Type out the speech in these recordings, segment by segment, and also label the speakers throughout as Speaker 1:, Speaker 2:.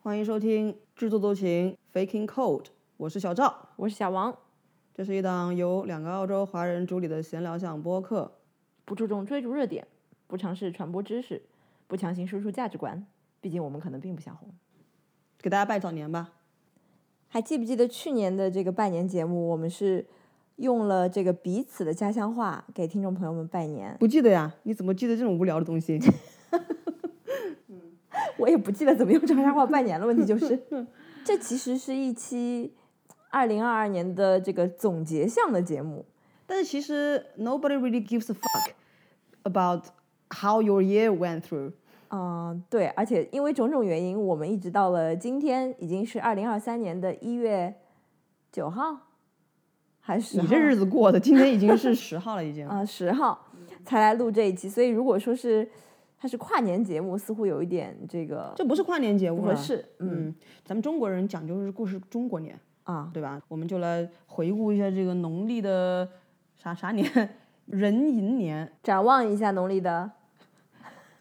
Speaker 1: 欢迎收听《制作周勤 Faking Code》，我是小赵。
Speaker 2: 我是小王，
Speaker 1: 这是一档由两个澳洲华人主理的闲聊项播客。
Speaker 2: 不注重追逐热点，不尝试传播知识，不强行输出价值观。毕竟我们可能并不想红。
Speaker 1: 给大家拜早年吧！
Speaker 2: 还记不记得去年的这个拜年节目，我们是用了这个彼此的家乡话给听众朋友们拜年。
Speaker 1: 不记得呀？你怎么记得这种无聊的东西？
Speaker 2: 我也不记得怎么用长沙话拜年了。问题就是， 这其实是一期二零二二年的这个总结项的节目。
Speaker 1: 但是其实 nobody really gives a fuck about how your year went through。
Speaker 2: 啊、对，而且因为种种原因，我们一直到了今天，已经是二零二三年的一月九号还是10号
Speaker 1: 你这日子过的，今天已经是十号了，已经。
Speaker 2: 啊十、0号才来录这一期，所以如果说是它是跨年节目，似乎有一点这个
Speaker 1: 这不是跨年节
Speaker 2: 不
Speaker 1: 目
Speaker 2: 合
Speaker 1: 了，
Speaker 2: 适，嗯
Speaker 1: 嗯，咱们中国人讲究是过是中国年，
Speaker 2: 啊，
Speaker 1: 对吧？我们就来回顾一下这个农历的啥啥年， 壬寅年。
Speaker 2: 展望一下农历的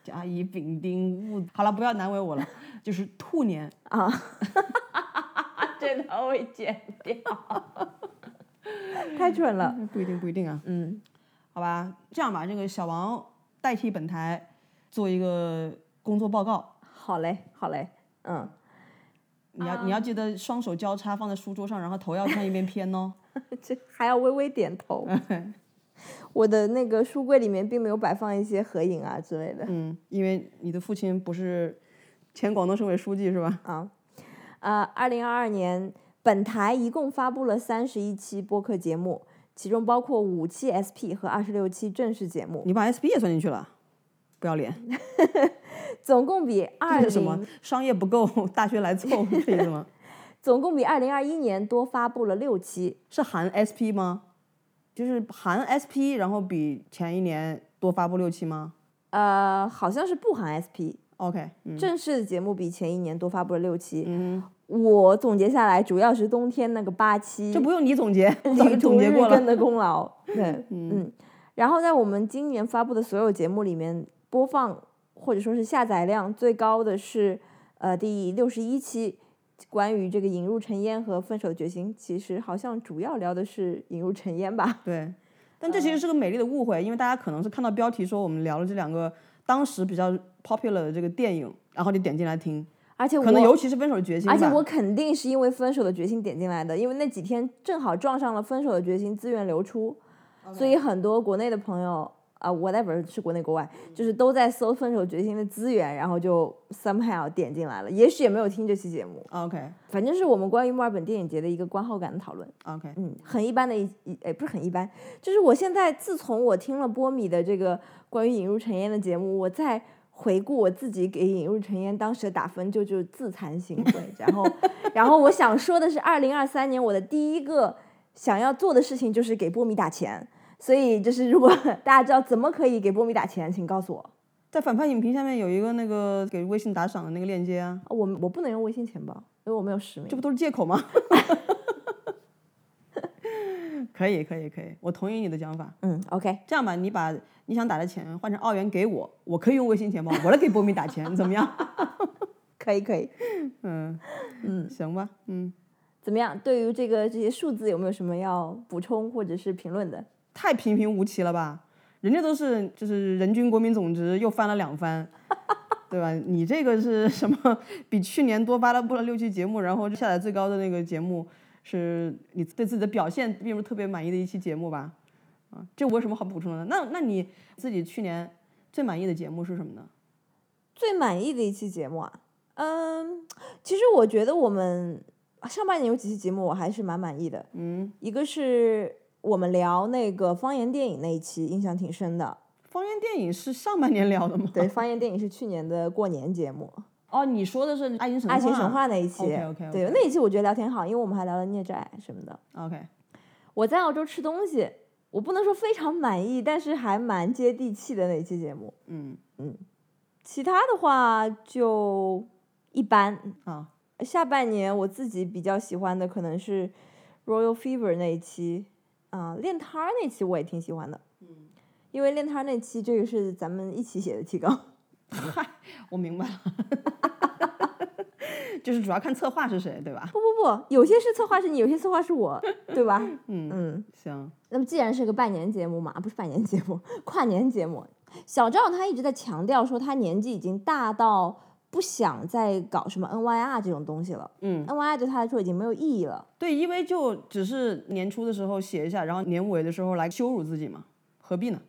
Speaker 1: 甲乙丙丁戊，好了，不要难为 我了，就是兔年。
Speaker 2: 啊，这段会剪掉， 太蠢了，
Speaker 1: 不一定，不一定啊。
Speaker 2: 嗯，
Speaker 1: 好吧，这样吧，这个小王代替本台做一个工作报告，
Speaker 2: 好嘞，好嘞，嗯，
Speaker 1: 你要、你要记得双手交叉放在书桌上，然后头要向一边偏哦。
Speaker 2: 这还要微微点头。
Speaker 1: 嗯
Speaker 2: 我的那个书柜里面并没有摆放一些合影啊之类的
Speaker 1: 嗯，因为你的父亲不是前广东省委书记是吧？
Speaker 2: 啊。啊，二零二二年，本台一共发布了三十一期播客节目，其中包括五期 SP 和二十六期正式节目，
Speaker 1: 你把 SP 也算进去了，不要脸！
Speaker 2: 总共比二
Speaker 1: 这是什么
Speaker 2: 零？
Speaker 1: 商业不够，大学来凑，是这意思 吗？
Speaker 2: 总共比二零二一年多发布了六期。
Speaker 1: 是含 SP 吗？就是含 SP，然后比前一年多发布六期吗
Speaker 2: 呃，好像是不含 SP，
Speaker 1: ？OK，嗯
Speaker 2: 正式的节目比前一年多发布了六期。
Speaker 1: 嗯，
Speaker 2: 我总结下来，主要是冬天那个八期，
Speaker 1: 这不用你总结， 我早就
Speaker 2: 这个
Speaker 1: 总结过
Speaker 2: 日更
Speaker 1: 了。
Speaker 2: 的功劳。对，嗯。然后在我们今年发布的所有节目里面，播放或者说是下载量最高的是呃第六十一期，关于这个引入尘烟和分手的决心。其实好像主要聊的是引入尘烟吧。
Speaker 1: 对，但这其
Speaker 2: 嗯
Speaker 1: 实是个美丽的误会，因为大家可能是看到标题说我们聊了这两个当时比较 popular 的这个电影，然后就点进来听，
Speaker 2: 而且我
Speaker 1: 可能尤其是《分手的决心》
Speaker 2: 而且
Speaker 1: 吧。
Speaker 2: 我肯定是因为《分手的决心》点进来的，因为那几天正好撞上了《分手的决心》资源流出所以很多国内的朋友啊、w h a t e v e r 是国内国外，
Speaker 1: 嗯
Speaker 2: 就是都在搜《分手决心》的资源，然后就 somehow 点进来了，也许也没有听这期节目，
Speaker 1: 啊 OK
Speaker 2: 反正是我们关于墨尔本电影节的一个观后感的讨论。
Speaker 1: OK，
Speaker 2: 嗯，很一般的一一，哎，不是很一般，就是我现在自从我听了波米的这个关于引入尘烟的节目，我再回顾我自己给引入尘烟当时的打分，就就自惭形秽。然后，然后我想说的是，二零二三年我的第一个想要做的事情就是给波米打钱。所以就是，如果大家知道怎么可以给波米打钱，请告诉我。
Speaker 1: 在反派影评下面有一个那个给微信打赏的那个链接啊，
Speaker 2: 我我不能用微信钱包，因为我没有实名
Speaker 1: 这。不都是借口吗？ 可以可以可以，我同意你的讲法。
Speaker 2: 嗯，OK，
Speaker 1: 这样吧，你把你想打的钱换成澳元给我，我可以用微信钱包，我来给波米打钱，怎么样？
Speaker 2: 可以可以。
Speaker 1: 嗯嗯，行吧，嗯，
Speaker 2: 怎么样？对于这个这些数字有没有什么要补充或者是评论的？
Speaker 1: 太平平无奇了吧？人家都是就是人均国民总值又翻了两 番，对吧？你这个是什么？比去年多发了布了六期节目，然后下载最高的那个节目，是你对自己的表现并不是特别满意的一期节目吧？啊，这我有什么好补充的呢？那那你自己去年最满意的节目是什么呢？
Speaker 2: 最满意的一期节目啊，嗯，其实我觉得我们上半年有几期节目我还是蛮满意的，
Speaker 1: 嗯，
Speaker 2: 一个是我们聊那个方言电影那一期，印象挺深的。
Speaker 1: 方言电影是上半年聊的吗？
Speaker 2: 对，方言电影是去年的过年节目，
Speaker 1: 哦，你说的是《爱情神
Speaker 2: 《
Speaker 1: 话》。
Speaker 2: 爱情神话》那一期
Speaker 1: OK，OK，OK
Speaker 2: 对，那一期我觉得聊挺好，因为我们还聊了孽债什么的。
Speaker 1: OK，
Speaker 2: 我在澳洲吃东西，我不能说非常满意，但是还蛮接地气的那一期节目。
Speaker 1: 嗯，
Speaker 2: 其他的话就一般，
Speaker 1: 啊，
Speaker 2: 下半年我自己比较喜欢的可能是 Royal Fever 那一期，啊、练摊儿那期我也挺喜欢的。
Speaker 1: 嗯
Speaker 2: 因为练摊儿那期这个 是咱们一起写的提纲，
Speaker 1: 我明白了。就是主要看策划是谁，对吧？
Speaker 2: 不不不，有些是策划是你，有些策划是我，对吧？
Speaker 1: 嗯
Speaker 2: 嗯。
Speaker 1: 行，
Speaker 2: 那么既然是个拜年节目嘛，啊不是拜年节目，跨年节目，小赵他一直在强调说他年纪已经大到不想再搞什么 NYR 这种东西了
Speaker 1: 嗯，
Speaker 2: ，NYR 对他来说已经没有意义了。
Speaker 1: 对，因为就只是年初的时候写一下，然后年尾的时候来羞辱自己嘛，何必呢？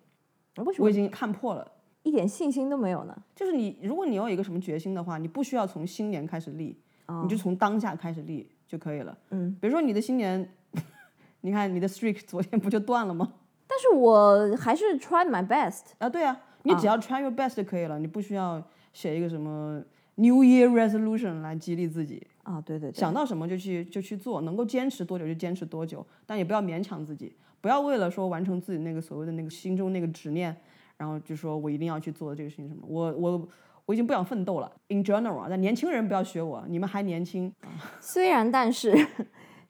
Speaker 2: 为什
Speaker 1: 我
Speaker 2: 么
Speaker 1: 已经看破了。
Speaker 2: 一点信心都没有呢？
Speaker 1: 就是你，如果你有一个什么决心的话，你不需要从新年开始立，
Speaker 2: 哦
Speaker 1: 你就从当下开始立就可以了。
Speaker 2: 嗯，
Speaker 1: 比如说你的新年， 你看你的 streak 昨天不就断了吗？
Speaker 2: 但是我还是 tried my best。
Speaker 1: 啊，对啊，你只要 try your best 就可以了，你不需要写一个什么 New Year resolution 来激励自己，
Speaker 2: 啊、对对对，
Speaker 1: 想到什么就去就去做，能够坚持多久就坚持多久，但也不要勉强自己，不要为了说完成自己那个所谓的那个心中那个执念，然后就说我一定要去做这个事情什么，我我。我已经不想奋斗了，in general 啊，但年轻人不要学我，你们还年轻，
Speaker 2: 虽然但是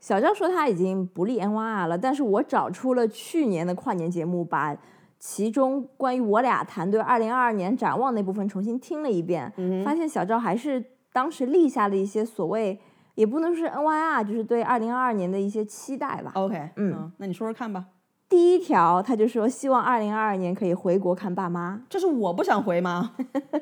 Speaker 2: 小赵说他已经不立 NYR 了，但是我找出了去年的跨年节目，把其中关于我俩谈对二零二二年展望那部分重新听了一遍，发现小赵还是当时立下了一些所谓也不能说是 NYR，就是对二零二二年的一些期待吧。
Speaker 1: OK，
Speaker 2: 嗯
Speaker 1: 那你说说看吧，
Speaker 2: 第一条，他就说希望二零二二年可以回国看爸妈。
Speaker 1: 这是我不想回吗？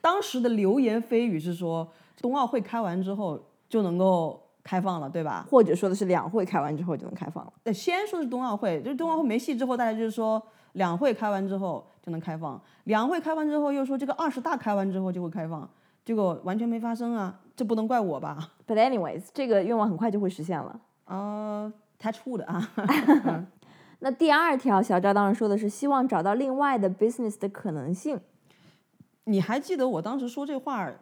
Speaker 1: 当时的流言蜚语是说，冬奥会开完之后就能够开放了，对吧？
Speaker 2: 或者说的是两会开完之后就能开放了，
Speaker 1: 呃，先说是冬奥会，就是冬奥会没戏之后，大家就是说两会开完之后就能开放，两会开完之后又说这个二十大开完之后就会开放，结果完全没发生啊，这不能怪我吧？
Speaker 2: But anyways，这个愿望很快就会实现了。
Speaker 1: 啊、太 t o 的啊，
Speaker 2: 那第二条，小赵当然说的是希望找到另外的 business 的可能性。
Speaker 1: 你还记得我当时说这话儿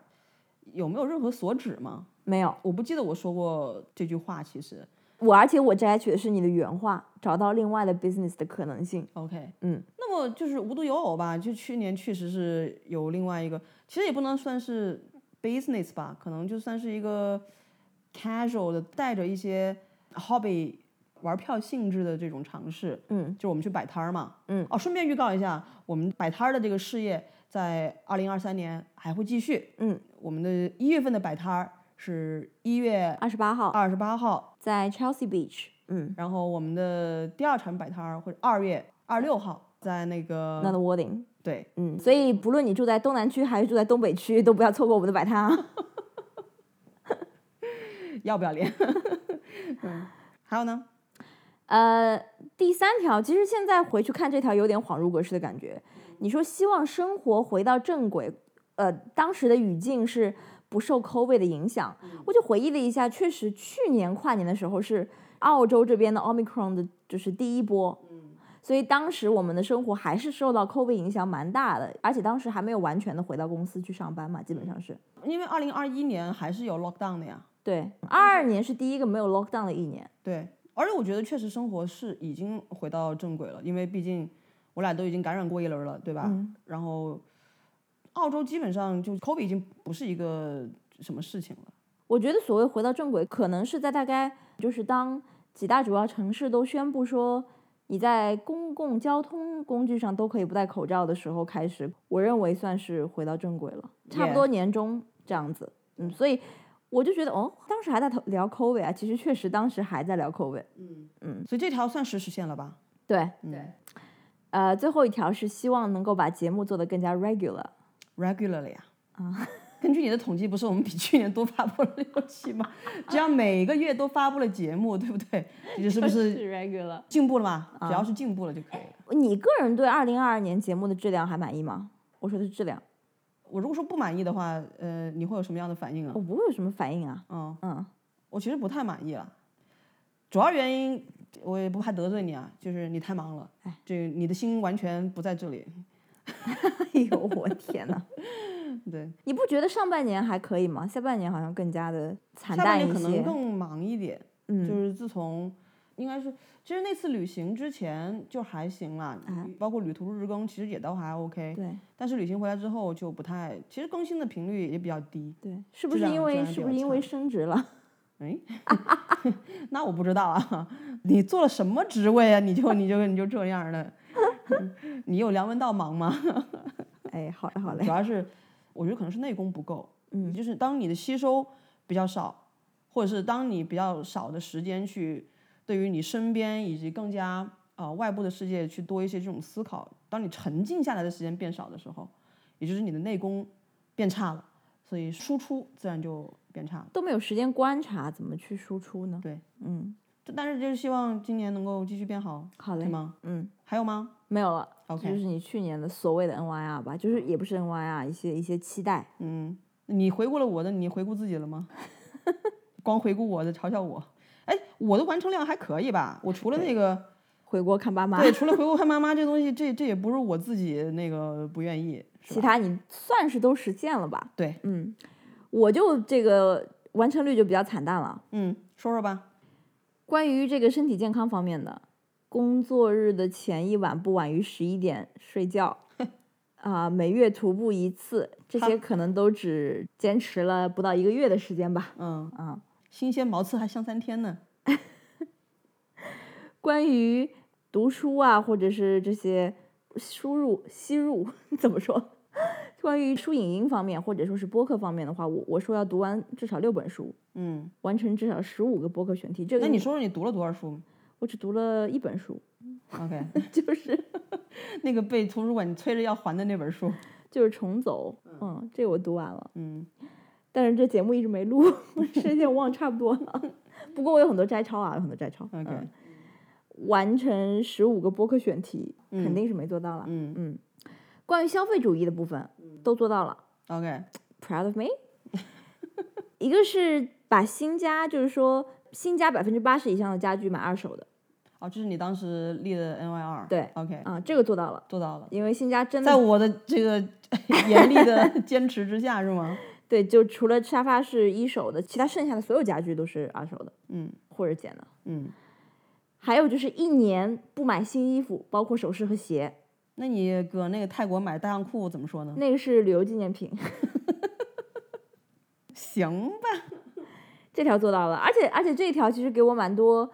Speaker 1: 有没有任何所指吗？
Speaker 2: 没有，
Speaker 1: 我不记得我说过这句话，其实。
Speaker 2: 我而且我摘取的是你的原话，找到另外的 business 的可能性。
Speaker 1: OK，
Speaker 2: 嗯，
Speaker 1: 那么就是无独有偶吧，就去年确实是有另外一个，其实也不能算是 business 吧，可能就算是一个 casual 的，带着一些 hobby 玩票性质的这种尝试，
Speaker 2: 嗯，
Speaker 1: 就我们去摆摊儿嘛，
Speaker 2: 嗯，
Speaker 1: 哦，顺便预告一下，我们摆摊儿的这个事业在二零二三年还会继续，
Speaker 2: 嗯，
Speaker 1: 我们的一月份的摆摊儿是一月
Speaker 2: 二十八号
Speaker 1: 二十八号
Speaker 2: 在 Chelsea Beach。嗯
Speaker 1: 然后我们的第二场摆摊儿会二月二六号在那
Speaker 2: ，Not
Speaker 1: 个
Speaker 2: Wording。
Speaker 1: 对
Speaker 2: 嗯，所以不论你住在东南区还是住在东北区，都不要错过我们的摆摊啊。
Speaker 1: 要不要脸？ 嗯，还有呢？
Speaker 2: 呃，第三条，其实现在回去看这条有点恍如隔世的感觉。你说希望生活回到正轨，呃，当时的语境是不受 COVID 的影响，我就回忆了一下，确实去年跨年的时候是澳洲这边的 Omicron 的，就是第一波，所以当时我们的生活还是受到 COVID 影响蛮大的，而且当时还没有完全的回到公司去上班嘛，基本上是。
Speaker 1: 因为二零二一年还是有 lockdown 的呀，
Speaker 2: 对，二二年是第一个没有 lockdown 的一年，
Speaker 1: 对，而且我觉得确实生活是已经回到正轨了，因为毕竟我俩都已经感染过一轮了，对吧？
Speaker 2: 嗯
Speaker 1: 然后澳洲基本上就 COVID 已经不是一个什么事情了。
Speaker 2: 我觉得所谓回到正轨，可能是在大概就是当几大主要城市都宣布说你在公共交通工具上都可以不戴口罩的时候开始，我认为算是回到正轨了，差不
Speaker 1: Yeah
Speaker 2: 多年中这样子。嗯，所以我就觉得，哦，当时还在聊 COVID 啊，其实确实当时还在聊 COVID。
Speaker 1: 嗯所以这条算是实现了吧？
Speaker 2: 对，
Speaker 1: 对
Speaker 2: 呃，最后一条是希望能够把节目做得更加 regular。
Speaker 1: regular 了呀。啊，根据你的统计，不是我们比去年多发布了六期吗？只要每个月都发布了节目，对不对？你是不是
Speaker 2: regular？
Speaker 1: 进步了嘛？只要是进步了就可以了。
Speaker 2: 你个人对二零二二年节目的质量还满意吗？我说的是质量，
Speaker 1: 我如果说不满意的话，呃，你会有什么样的反应啊
Speaker 2: 我？不会有什么反应啊。
Speaker 1: 嗯，
Speaker 2: 嗯。
Speaker 1: 我其实不太满意了，主要原因我也不怕得罪你啊，就是你太忙了，这个你的心完全不在这里。
Speaker 2: 哎呦，我天哪！
Speaker 1: 对，
Speaker 2: 你不觉得上半年还可以吗？下半年好像更加的惨
Speaker 1: 下半
Speaker 2: 淡
Speaker 1: 年
Speaker 2: 一
Speaker 1: 可能
Speaker 2: 些。
Speaker 1: 更忙一点，就
Speaker 2: 嗯，
Speaker 1: 是自从应该是，其实那次旅行之前就还行啦，
Speaker 2: 啊
Speaker 1: 包括旅途日更，其实也都还 OK。
Speaker 2: 对
Speaker 1: 但是旅行回来之后就不太，其实更新的频率也比较低。
Speaker 2: 对，是不
Speaker 1: 质
Speaker 2: 是
Speaker 1: 量
Speaker 2: 因
Speaker 1: 质
Speaker 2: 为
Speaker 1: 量
Speaker 2: 是
Speaker 1: 比
Speaker 2: 不是
Speaker 1: 较
Speaker 2: 因为升职 了？
Speaker 1: 哎，那我不知道啊，你做了什么职位啊？你就你就你就这样的， 嗯你有梁文道忙吗？
Speaker 2: 哎，好嘞好
Speaker 1: 主
Speaker 2: 嘞，
Speaker 1: 要是我觉得可能是内功不够，
Speaker 2: 嗯，
Speaker 1: 就是当你的吸收比较少，或者是当你比较少的时间去对于你身边以及更加啊、呃外部的世界去多一些这种思考，当你沉静下来的时间变少的时候，也就是你的内功变差了，所以输出自然就变差了。
Speaker 2: 都没有时间观察怎么去输出呢？
Speaker 1: 对，
Speaker 2: 嗯，
Speaker 1: 这但是就是希望今年能够继续变好，
Speaker 2: 好
Speaker 1: 对
Speaker 2: 嘞，
Speaker 1: 吗？
Speaker 2: 嗯，
Speaker 1: 还有吗？
Speaker 2: 没有了
Speaker 1: OK
Speaker 2: 这就是你去年的所谓的 NYR 吧，就是也不是 NYR，一些一些期待。
Speaker 1: 嗯，你回顾了我的，你回顾自己了吗？ 光回顾我的，嘲笑我。哎，我的完成量还可以吧？我除了那个。
Speaker 2: 回国看爸妈，
Speaker 1: 对，除了回顾看妈妈这东西，这这也不是我自己那个不愿意，是
Speaker 2: 其
Speaker 1: 吧
Speaker 2: 他你算是都实现了吧？
Speaker 1: 对，
Speaker 2: 嗯，我就这个完成率就比较惨淡了。
Speaker 1: 嗯，说说吧，
Speaker 2: 关于这个身体健康方面的，工作日的前一晚不晚于十一点 睡觉，啊、每月徒步一次，这
Speaker 1: 好
Speaker 2: 些可能都只坚持了不到一个月的时间吧。
Speaker 1: 嗯，
Speaker 2: 啊、
Speaker 1: 新鲜毛刺还香三天呢，
Speaker 2: 关于读书啊，或者是这些输入、吸入 怎么说？关于书影音方面，或者说是播客方面的话，我我说要读完至少六本书，
Speaker 1: 嗯，
Speaker 2: 完成至少十五个播客选题。这个
Speaker 1: 那你说说你读了多少书
Speaker 2: 我只读了一本书，
Speaker 1: ？OK，
Speaker 2: 就是
Speaker 1: 那个被图书馆催着要还的那本书，
Speaker 2: 就是重走，嗯，这个我读完了，
Speaker 1: 嗯，
Speaker 2: 但是这节目一直没录， 时间我忘差不多了。 不过我有很多摘抄啊，有很多摘抄。
Speaker 1: OK
Speaker 2: 嗯，完成十五个播客选题，肯
Speaker 1: 嗯
Speaker 2: 定是没做到了。
Speaker 1: 嗯
Speaker 2: 嗯，关于消费主义的部分都做到了
Speaker 1: ，OK，
Speaker 2: ，proud of me 。 一个是把新家，就是说新家百分之八十以上的家具买二手的，
Speaker 1: 哦，这是你当时立的 NYR，
Speaker 2: 对
Speaker 1: ，OK，
Speaker 2: 啊，这个做到了，
Speaker 1: 做到了，
Speaker 2: 因为新家真
Speaker 1: 在
Speaker 2: 的
Speaker 1: 我的这个 严厉的坚持之下，是吗？
Speaker 2: 对，就除了沙发是一手的，其他剩下的所有家具都是二手的
Speaker 1: 嗯
Speaker 2: 或者捡的。
Speaker 1: 嗯，
Speaker 2: 还有就是一年不买新衣服，包括首饰和鞋，
Speaker 1: 那你搁那个泰国买大象裤怎么说呢？
Speaker 2: 那个是旅游纪念品，
Speaker 1: 行吧，
Speaker 2: 这条做到了，而且而且这一条其实给我蛮多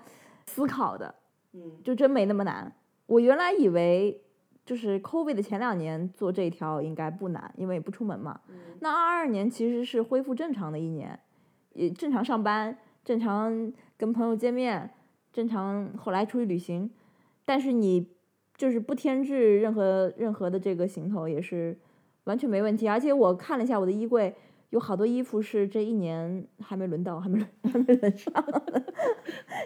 Speaker 2: 思考的，
Speaker 1: 嗯，
Speaker 2: 就真没那么难。我原来以为就是 COVID 的前两年做这一条应该不难，因为也不出门嘛。那二二年其实是恢复正常的一年，也正常上班，正常跟朋友见面，正常后来出去旅行，但是你就是不添置任何任何的这个行头也是完全没问题。而且我看了一下我的衣柜，有好多衣服是这一年还没轮到， 还没轮还没轮上的，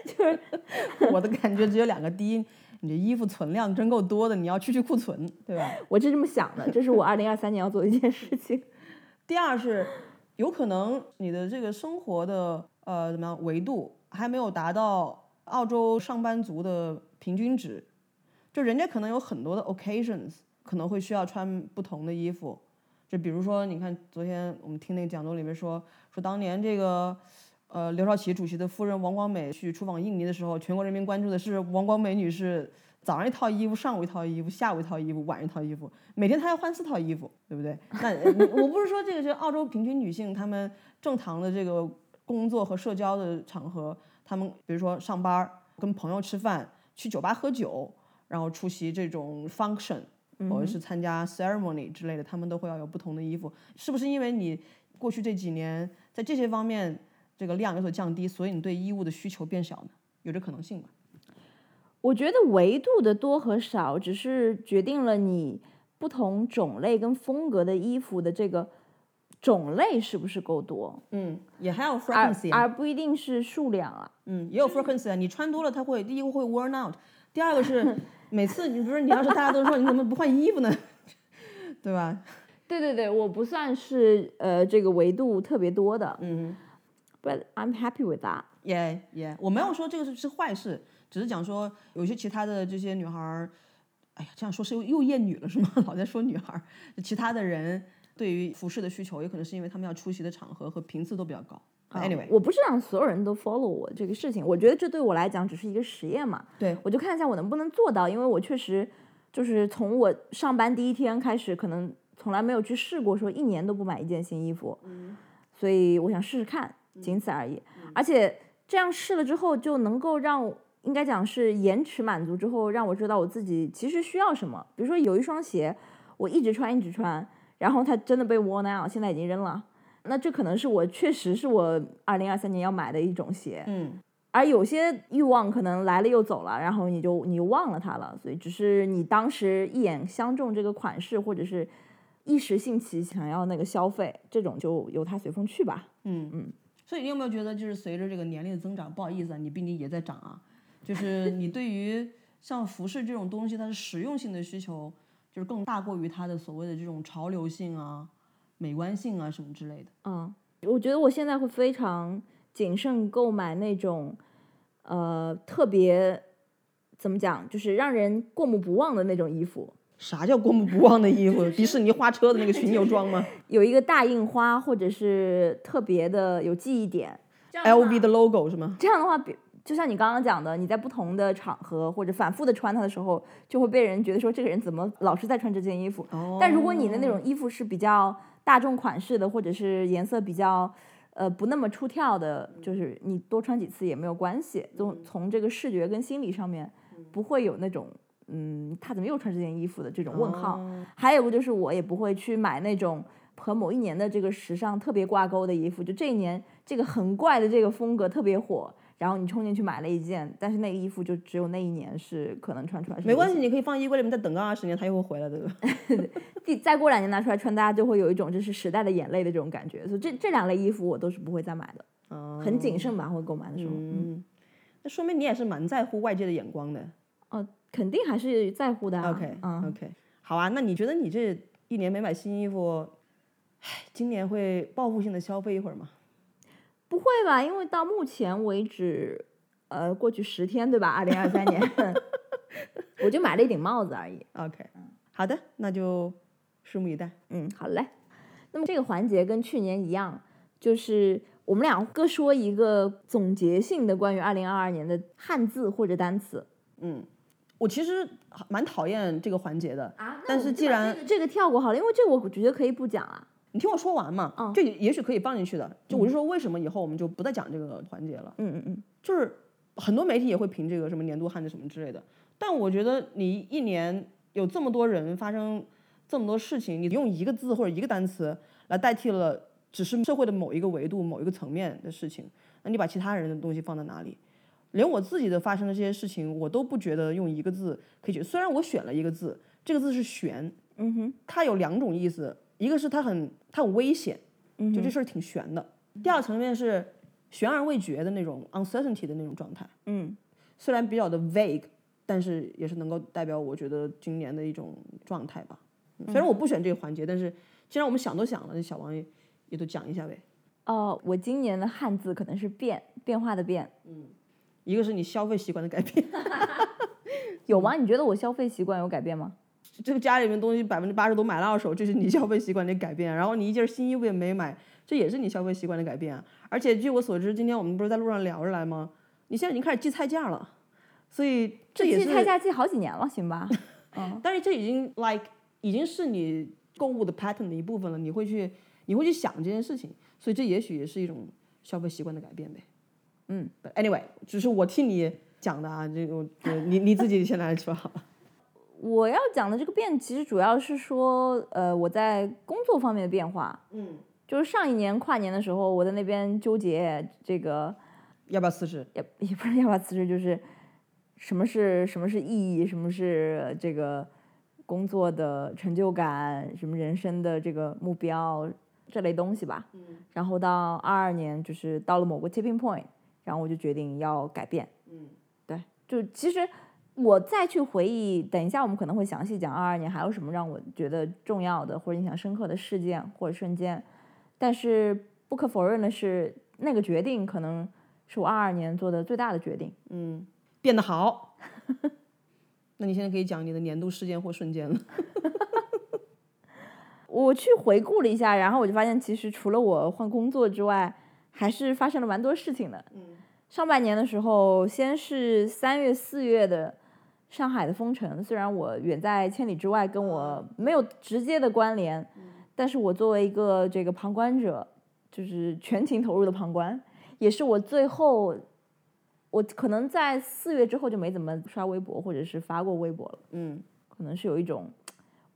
Speaker 2: 就是
Speaker 1: 我的感觉只有两个：第一，你这衣服存量真够多的，你要去去库存，对吧？
Speaker 2: 我是这么想的，这是我二零二三年要做的一件事情。
Speaker 1: 第二是，有可能你的这个生活的呃怎么样维度还没有达到澳洲上班族的平均值，就人家可能有很多的 occasions 可能会需要穿不同的衣服，就比如说你看昨天我们听那个讲座里面说说当年这个。呃，刘少奇主席的夫人王光美去出访印尼的时候，全国人民关注的是王光美女士早上一套衣服，上午一套衣服，下午一套衣服，晚上一套衣服，每天她要换四套衣服，对不对？那呃我不是说这个是澳洲平均女性她们正常的这个工作和社交的场合，她们比如说上班儿、跟朋友吃饭、去酒吧喝酒，然后出席这种 function，或者是参加 ceremony 之类的，她们都会要有不同的衣服，是不是因为你过去这几年在这些方面？这个量有所降低，所以你对衣物的需求变少呢？有这可能性吧？
Speaker 2: 我觉得维度的多和少，只是决定了你不同种类跟风格的衣服的这个种类是不是够多，
Speaker 1: 嗯，也还有
Speaker 2: 而
Speaker 1: frequency，啊
Speaker 2: 而不一定是数量啊。
Speaker 1: 嗯，也有 frequency，啊你穿多了，它会第一个会 worn out，第二个 是每次你不是你要是大家都说你怎么不换衣服呢？对吧？
Speaker 2: 对对对，我不算是呃这个维度特别多的
Speaker 1: 嗯，
Speaker 2: ，but I'm happy with that。
Speaker 1: 也也，我没有说这个是是坏事，只是讲说有些其他的这些女孩儿，哎呀，这样说是又又厌女了是吗？ 老在说女孩儿，其他的人对于服饰的需求，也可能是因为他们要出席的场合和频次都比较高。Anyway，哎
Speaker 2: 我不是让所有人都 follow 我这个事情，我觉得这对我来讲只是一个实验嘛。
Speaker 1: 对
Speaker 2: 我就看一下我能不能做到，因为我确实就是从我上班第一天开始，可能从来没有去试过说一年都不买一件新衣服，所以我想试试看，仅此而已。而且这样试了之后，就能够让应该讲是延迟满足之后，让我知道我自己其实需要什么。比如说有一双鞋，我一直穿一直穿，然后它真的被 worn out，现在已经扔了。那这可能是我确实是我二零二三年要买的一种鞋，
Speaker 1: 嗯，
Speaker 2: 而有些欲望可能来了又走了，然后你就你就忘了它了，所以只是你当时一眼相中这个款式，或者是一时兴起想要那个消费，这种就由它随风去吧。
Speaker 1: 嗯嗯，所以你有没有觉得，就是随着这个年龄的增长，不好意思啊，你比你也在长啊，就是你对于像服饰这种东西，它是实用性的需求，就是更大过于它的所谓的这种潮流性啊、美观性啊什么之类的。
Speaker 2: 嗯，我觉得我现在会非常谨慎购买那种，呃，特别怎么讲，就是让人过目不忘的那种衣服，
Speaker 1: 啥叫过目不忘的衣 服？迪士尼花车的那个巡游装 吗
Speaker 2: 有一个大印花，或者是特别的有记忆点。
Speaker 1: ？LV 的 logo 是吗？
Speaker 2: 这样的话，比就像你刚刚讲的，你在不同的场合或者反复的穿它的时候，就会被人觉得说这个人怎么老是在穿这件衣服。
Speaker 1: 哦
Speaker 2: 但如果你的那种衣服是比较大众款式的，或者是颜色比较呃不那么出挑的，就是你多穿几次也没有关系。从从这个视觉跟心理上面，不会有那种嗯他怎么又穿这件衣服的这种问号。
Speaker 1: 哦
Speaker 2: 还有一个就是我也不会去买那种和某一年的这个时尚特别挂钩的衣服，就这一年这个很怪的这个风格特别火。然后你冲进去买了一件，但是那个衣服就只有那一年是可能穿出来是
Speaker 1: 没关
Speaker 2: 流
Speaker 1: 系，你可以放衣柜里面再等个二十年，它又会回来的。对吧
Speaker 2: 第再过两年拿出来穿，大家就会有一种这是时代的眼泪的这种感觉。所以这这两类衣服我都是不会再买的，很谨慎吧，会购买的时候。嗯，
Speaker 1: 哦嗯，那说明你也是蛮在乎外界的眼光的。
Speaker 2: 哦，肯定还是在乎的、啊。
Speaker 1: OK
Speaker 2: 嗯，
Speaker 1: OK，好啊。那你觉得你这一年没买新衣服，唉，今年会报复性的消费一会儿吗？
Speaker 2: 不会吧？因为到目前为止，呃，过去十天对吧？二零二三年， 我就买了一顶帽子而已。
Speaker 1: OK，好的，那就拭目以待。
Speaker 2: 嗯，好嘞。那么这个环节跟去年一样，就是我们俩各说一个总结性的关于二零二二年的汉字或者单词。
Speaker 1: 我其实蛮讨厌这个环节的，
Speaker 2: 啊，那
Speaker 1: 但
Speaker 2: 我
Speaker 1: 是
Speaker 2: 们
Speaker 1: 既
Speaker 2: 就把
Speaker 1: 然
Speaker 2: 这个、这个跳过好了，因为这个我觉得可以不讲啊。
Speaker 1: 你听我说完嘛，
Speaker 2: 嗯
Speaker 1: 这也许可以放进去的。就我就说为什么以后我们就不再讲这个环节了。
Speaker 2: 嗯嗯嗯，
Speaker 1: 就是很多媒体也会评这个什么年度汉字什么之类的。但我觉得你一年有这么多人发生这么多事情，你用一个字或者一个单词来代替了只是社会的某一个维度、某一个层面的事情，那你把其他人的东西放在哪里？连我自己的发生的这些事情，我都不觉得用一个字可以去。虽然我选了一个字，这个字是“悬”，
Speaker 2: 嗯哼，
Speaker 1: 它有两种意思，一个是它很它很危险，
Speaker 2: 嗯
Speaker 1: 就这事儿挺悬的；第二层面是悬而未决的那种 uncertainty 的那种状态。
Speaker 2: 嗯
Speaker 1: 虽然比较的 vague，但是也是能够代表我觉得今年的一种状态吧。嗯虽然我不选这个环节，但是既然我们想都想了，那小王也也都讲一下呗。
Speaker 2: 哦，我今年的汉字可能是变变化的变，
Speaker 1: 一个是你消费习惯的改变，
Speaker 2: 有吗？你觉得我消费习惯有改变吗？
Speaker 1: 这个家里面东西百分之八十都买了二手，这是你消费习惯的改变。然后你一件新衣服也没买，这也是你消费习惯的改变啊。而且据我所知，今天我们不是在路上聊着来吗？你现在已经开始记菜价了，所以这也
Speaker 2: 记
Speaker 1: 是
Speaker 2: 菜价记好几年了，行吧？
Speaker 1: 但是这已经 like 已经是你购物的 pattern 的一部分了，你会去你会去想这件事情，所以这也许也是一种消费习惯的改变呗。
Speaker 2: 嗯
Speaker 1: ，But anyway，只是我替你讲的啊，这个我觉得你你自己先来说好了。
Speaker 2: 我要讲的这个变，其实主要是说，呃，我在工作方面的变化。
Speaker 1: 嗯，
Speaker 2: 就是上一年跨年的时候，我在那边纠结这个，
Speaker 1: 要不要四十？
Speaker 2: 也也不是要把辞职，就是什么是什么是意义，什么是这个工作的成就感，什么人生的这个目标这类东西吧。
Speaker 1: 嗯
Speaker 2: 然后到二二年，就是到了某个 tipping point，然后我就决定要改变。
Speaker 1: 嗯
Speaker 2: 对，就其实我再去回忆，等一下我们可能会详细讲二二年还有什么让我觉得重要的或者印象深刻的事件或者瞬间。但是不可否认的是，那个决定可能是我二二年做的最大的决定。
Speaker 1: 嗯，变得好。 那你现在可以讲你的年度事件或瞬间了。
Speaker 2: 我去回顾了一下，然后我就发现，其实除了我换工作之外，还是发生了蛮多事情的。
Speaker 1: 嗯
Speaker 2: 上半年的时候，先是三月、四月的上海的封城，虽然我远在千里之外，跟我没有直接的关联，但是我作为一个这个旁观者，就是全情投入的旁观，也是我最后，我可能在四月之后就没怎么刷微博或者是发过微博了，
Speaker 1: 嗯
Speaker 2: 可能是有一种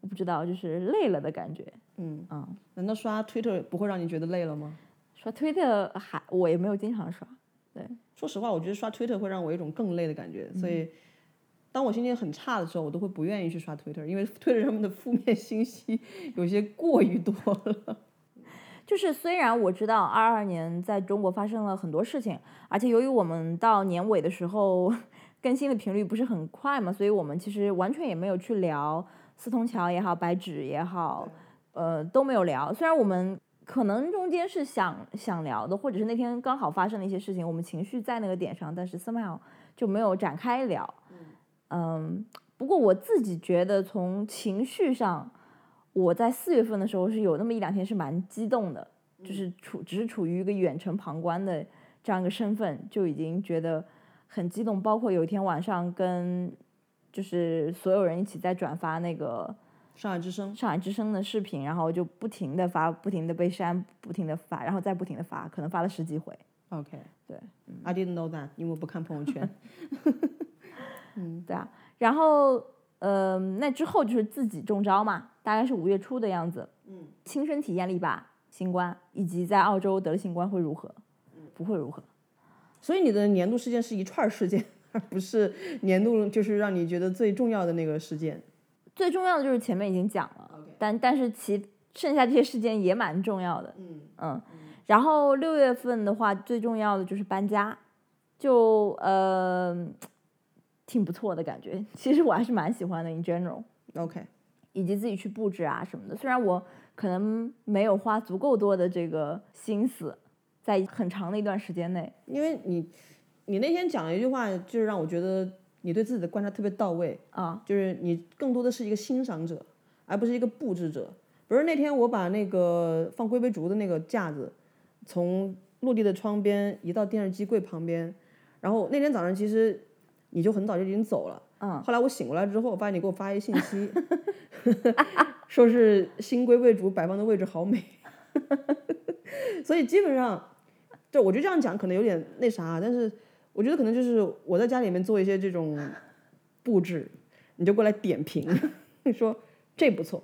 Speaker 2: 我不知道，就是累了的感觉。
Speaker 1: 嗯，
Speaker 2: 嗯，
Speaker 1: 难道刷 Twitter 不会让你觉得累了吗？
Speaker 2: 刷 Twitter 呃还我也没有经常刷，
Speaker 1: 说实话，我觉得刷 Twitter 会让我有一种更累的感觉，所以当我心情很差的时候，我都会不愿意去刷 Twitter，因为 Twitter 上面的负面信息有些过于多了。
Speaker 2: 就是虽然我知道二二年在中国发生了很多事情，而且由于我们到年尾的时候 更新的频率不是很快嘛，所以我们其实完全也没有去聊四通桥也好，白纸也好，呃都没有聊。虽然我们可能中间是想想聊的，或者是那天刚好发生了一些事情，我们情绪在那个点上，但是 somehow 就没有展开聊。嗯，不过我自己觉得从情绪上。我在四月份的时候是有那么一两天是蛮激动的，就是处只是处于一个远程旁观的这样一个身份，就已经觉得很激动。包括有一天晚上跟就是所有人一起在转发那个
Speaker 1: 上海之声，
Speaker 2: 上海之声的视频，然后就不停的发，不停的被删，不停的发，然后再不停的发，可能发了十几回。
Speaker 1: OK，
Speaker 2: 对
Speaker 1: ，I didn't know that，因为我不看朋友圈。
Speaker 2: 对啊，然后嗯、呃那之后就是自己中招嘛，大概是五月初的样子。
Speaker 1: 嗯，
Speaker 2: 亲身体验了一把新冠，以及在澳洲得了新冠会如何？
Speaker 1: 嗯
Speaker 2: 不会如何？
Speaker 1: 所以你的年度事件是一串儿事件，而不是年度就是让你觉得最重要的那个事件。
Speaker 2: 最重要的就是前面已经讲了
Speaker 1: OK
Speaker 2: 但但是其剩下这些事件也蛮重要的。
Speaker 1: 嗯，
Speaker 2: 嗯，然后六月份的话，最重要的就是搬家，就呃挺不错的感觉。其实我还是蛮喜欢的，in general。
Speaker 1: OK，
Speaker 2: 以及自己去布置啊什么的。虽然我可能没有花足够多的这个心思，在很长的一段时间内，
Speaker 1: 因为你你那天讲了一句话，就是让我觉得你对自己的观察特别到位
Speaker 2: 啊，
Speaker 1: 就是你更多的是一个欣赏者，而不是一个布置者。比如那天我把那个放龟背竹的那个架子，从落地的窗边移到电视机柜旁边，然后那天早上其实你就很早就已经走了。
Speaker 2: 嗯，
Speaker 1: 后来我醒过来之后，我发现你给我发一信息， 说是新龟背竹摆放的位置好美， 所以基本上，就我觉得这样讲可能有点那啥，啊但是我觉得可能就是我在家里面做一些这种布置，你就过来点评， 说这不错，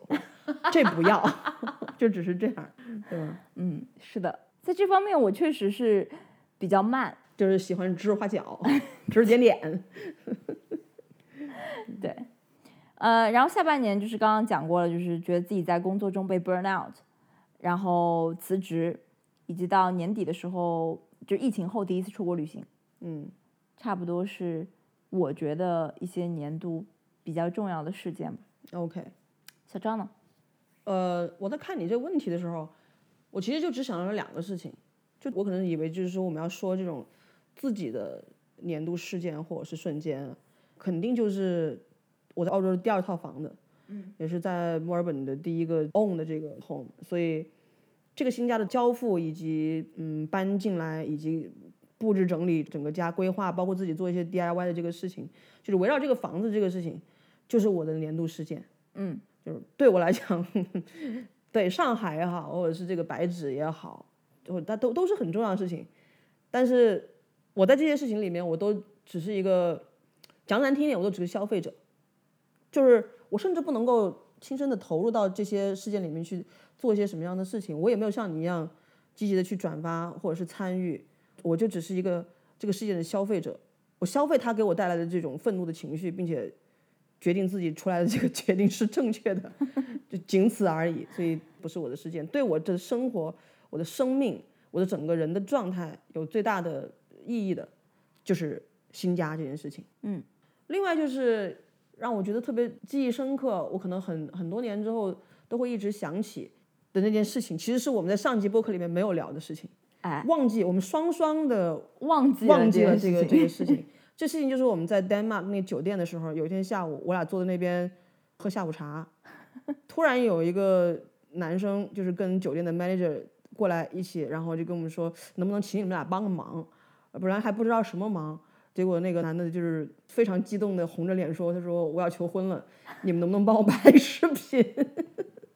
Speaker 1: 这不要， 就只是这样，对吧？
Speaker 2: 嗯，是的，在这方面我确实是比较慢。
Speaker 1: 就是喜欢指手画脚， 指指点点，
Speaker 2: 对，呃，然后下半年就是刚刚讲过了，就是觉得自己在工作中被 burn out，然后辞职，以及到年底的时候，就疫情后第一次出国旅行，
Speaker 1: 嗯
Speaker 2: 差不多是我觉得一些年度比较重要的事件吧。
Speaker 1: ，OK。
Speaker 2: 小张呢？
Speaker 1: 呃，我在看你这个问题的时候，我其实就只想到了两个事情，就我可能以为就是说我们要说这种自己的年度事件或者是瞬间，肯定就是我在澳洲的第二套房子，嗯，也是在墨尔本的第一个 own 的这个 home，所以这个新家的交付以及嗯搬进来以及布置整理整个家规划，包括自己做一些 DIY 的这个事情，就是围绕这个房子这个事情，就是我的年度事件。
Speaker 2: 嗯，
Speaker 1: 就是对我来讲， 对上海也好，或者是这个白纸也好，就它都都是很重要的事情。但是我在这些事情里面，我都只是一个讲难听一点，我都只是消费者，就是我甚至不能够亲身的投入到这些事件里面去做一些什么样的事情，我也没有像你一样积极的去转发或者是参与，我就只是一个这个事件的消费者，我消费它给我带来的这种愤怒的情绪，并且决定自己出来的这个决定是正确的，就仅此而已。所以不是我的事件，对我的生活、我的生命、我的整个人的状态有最大的意义的，就是新家这件事情。
Speaker 2: 嗯，
Speaker 1: 另外就是让我觉得特别记忆深刻，我可能很很多年之后都会一直想起的那件事情，其实是我们在上集播客里面没有聊的事情。
Speaker 2: 哎，
Speaker 1: 忘记我们双双的
Speaker 2: 忘记
Speaker 1: 忘记了这个
Speaker 2: 个
Speaker 1: 这个事情。这事情就是我们在 Denmark 那酒店的时候，有一天下午，我俩坐在那边喝下午茶，突然有一个男生就是跟酒店的 manager 过来一起，然后就跟我们说，能不能请你们俩帮个忙，本来还不知道什么忙。结果那个男的就是非常激动的红着脸说：“他说我要求婚了，你们能不能帮我拍个视频？”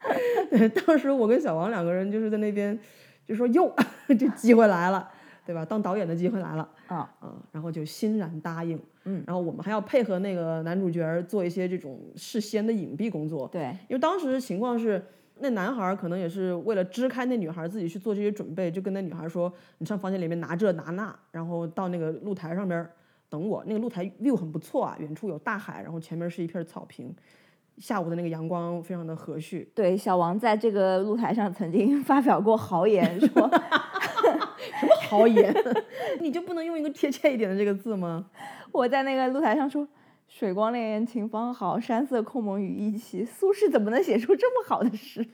Speaker 1: 对，当时我跟小王两个人就是在那边就说：“哟，这机会来了，对吧？当导演的机会来了。”
Speaker 2: 啊，
Speaker 1: 啊、然后就欣然答应。
Speaker 2: 嗯，
Speaker 1: 然后我们还要配合那个男主角儿做一些这种事先的隐蔽工作，
Speaker 2: 对，
Speaker 1: 因为当时情况是那男孩儿可能也是为了支开那女孩，自己去做这些准备，就跟那女孩说：“你上房间里面拿这拿那，然后到那个露台上边儿等我。那个露台 view 很不错啊，远处有大海，然后前面是一片草坪，下午的那个阳光非常的和煦。
Speaker 2: 对，小王在这个露台上曾经 发表过豪言，说
Speaker 1: 什么豪言？ 你就不能用一个贴切一点的这个字吗？
Speaker 2: 我在那个露台上说“水光潋滟晴方好，山色空蒙雨亦奇”，苏轼怎么能写出这么好的诗？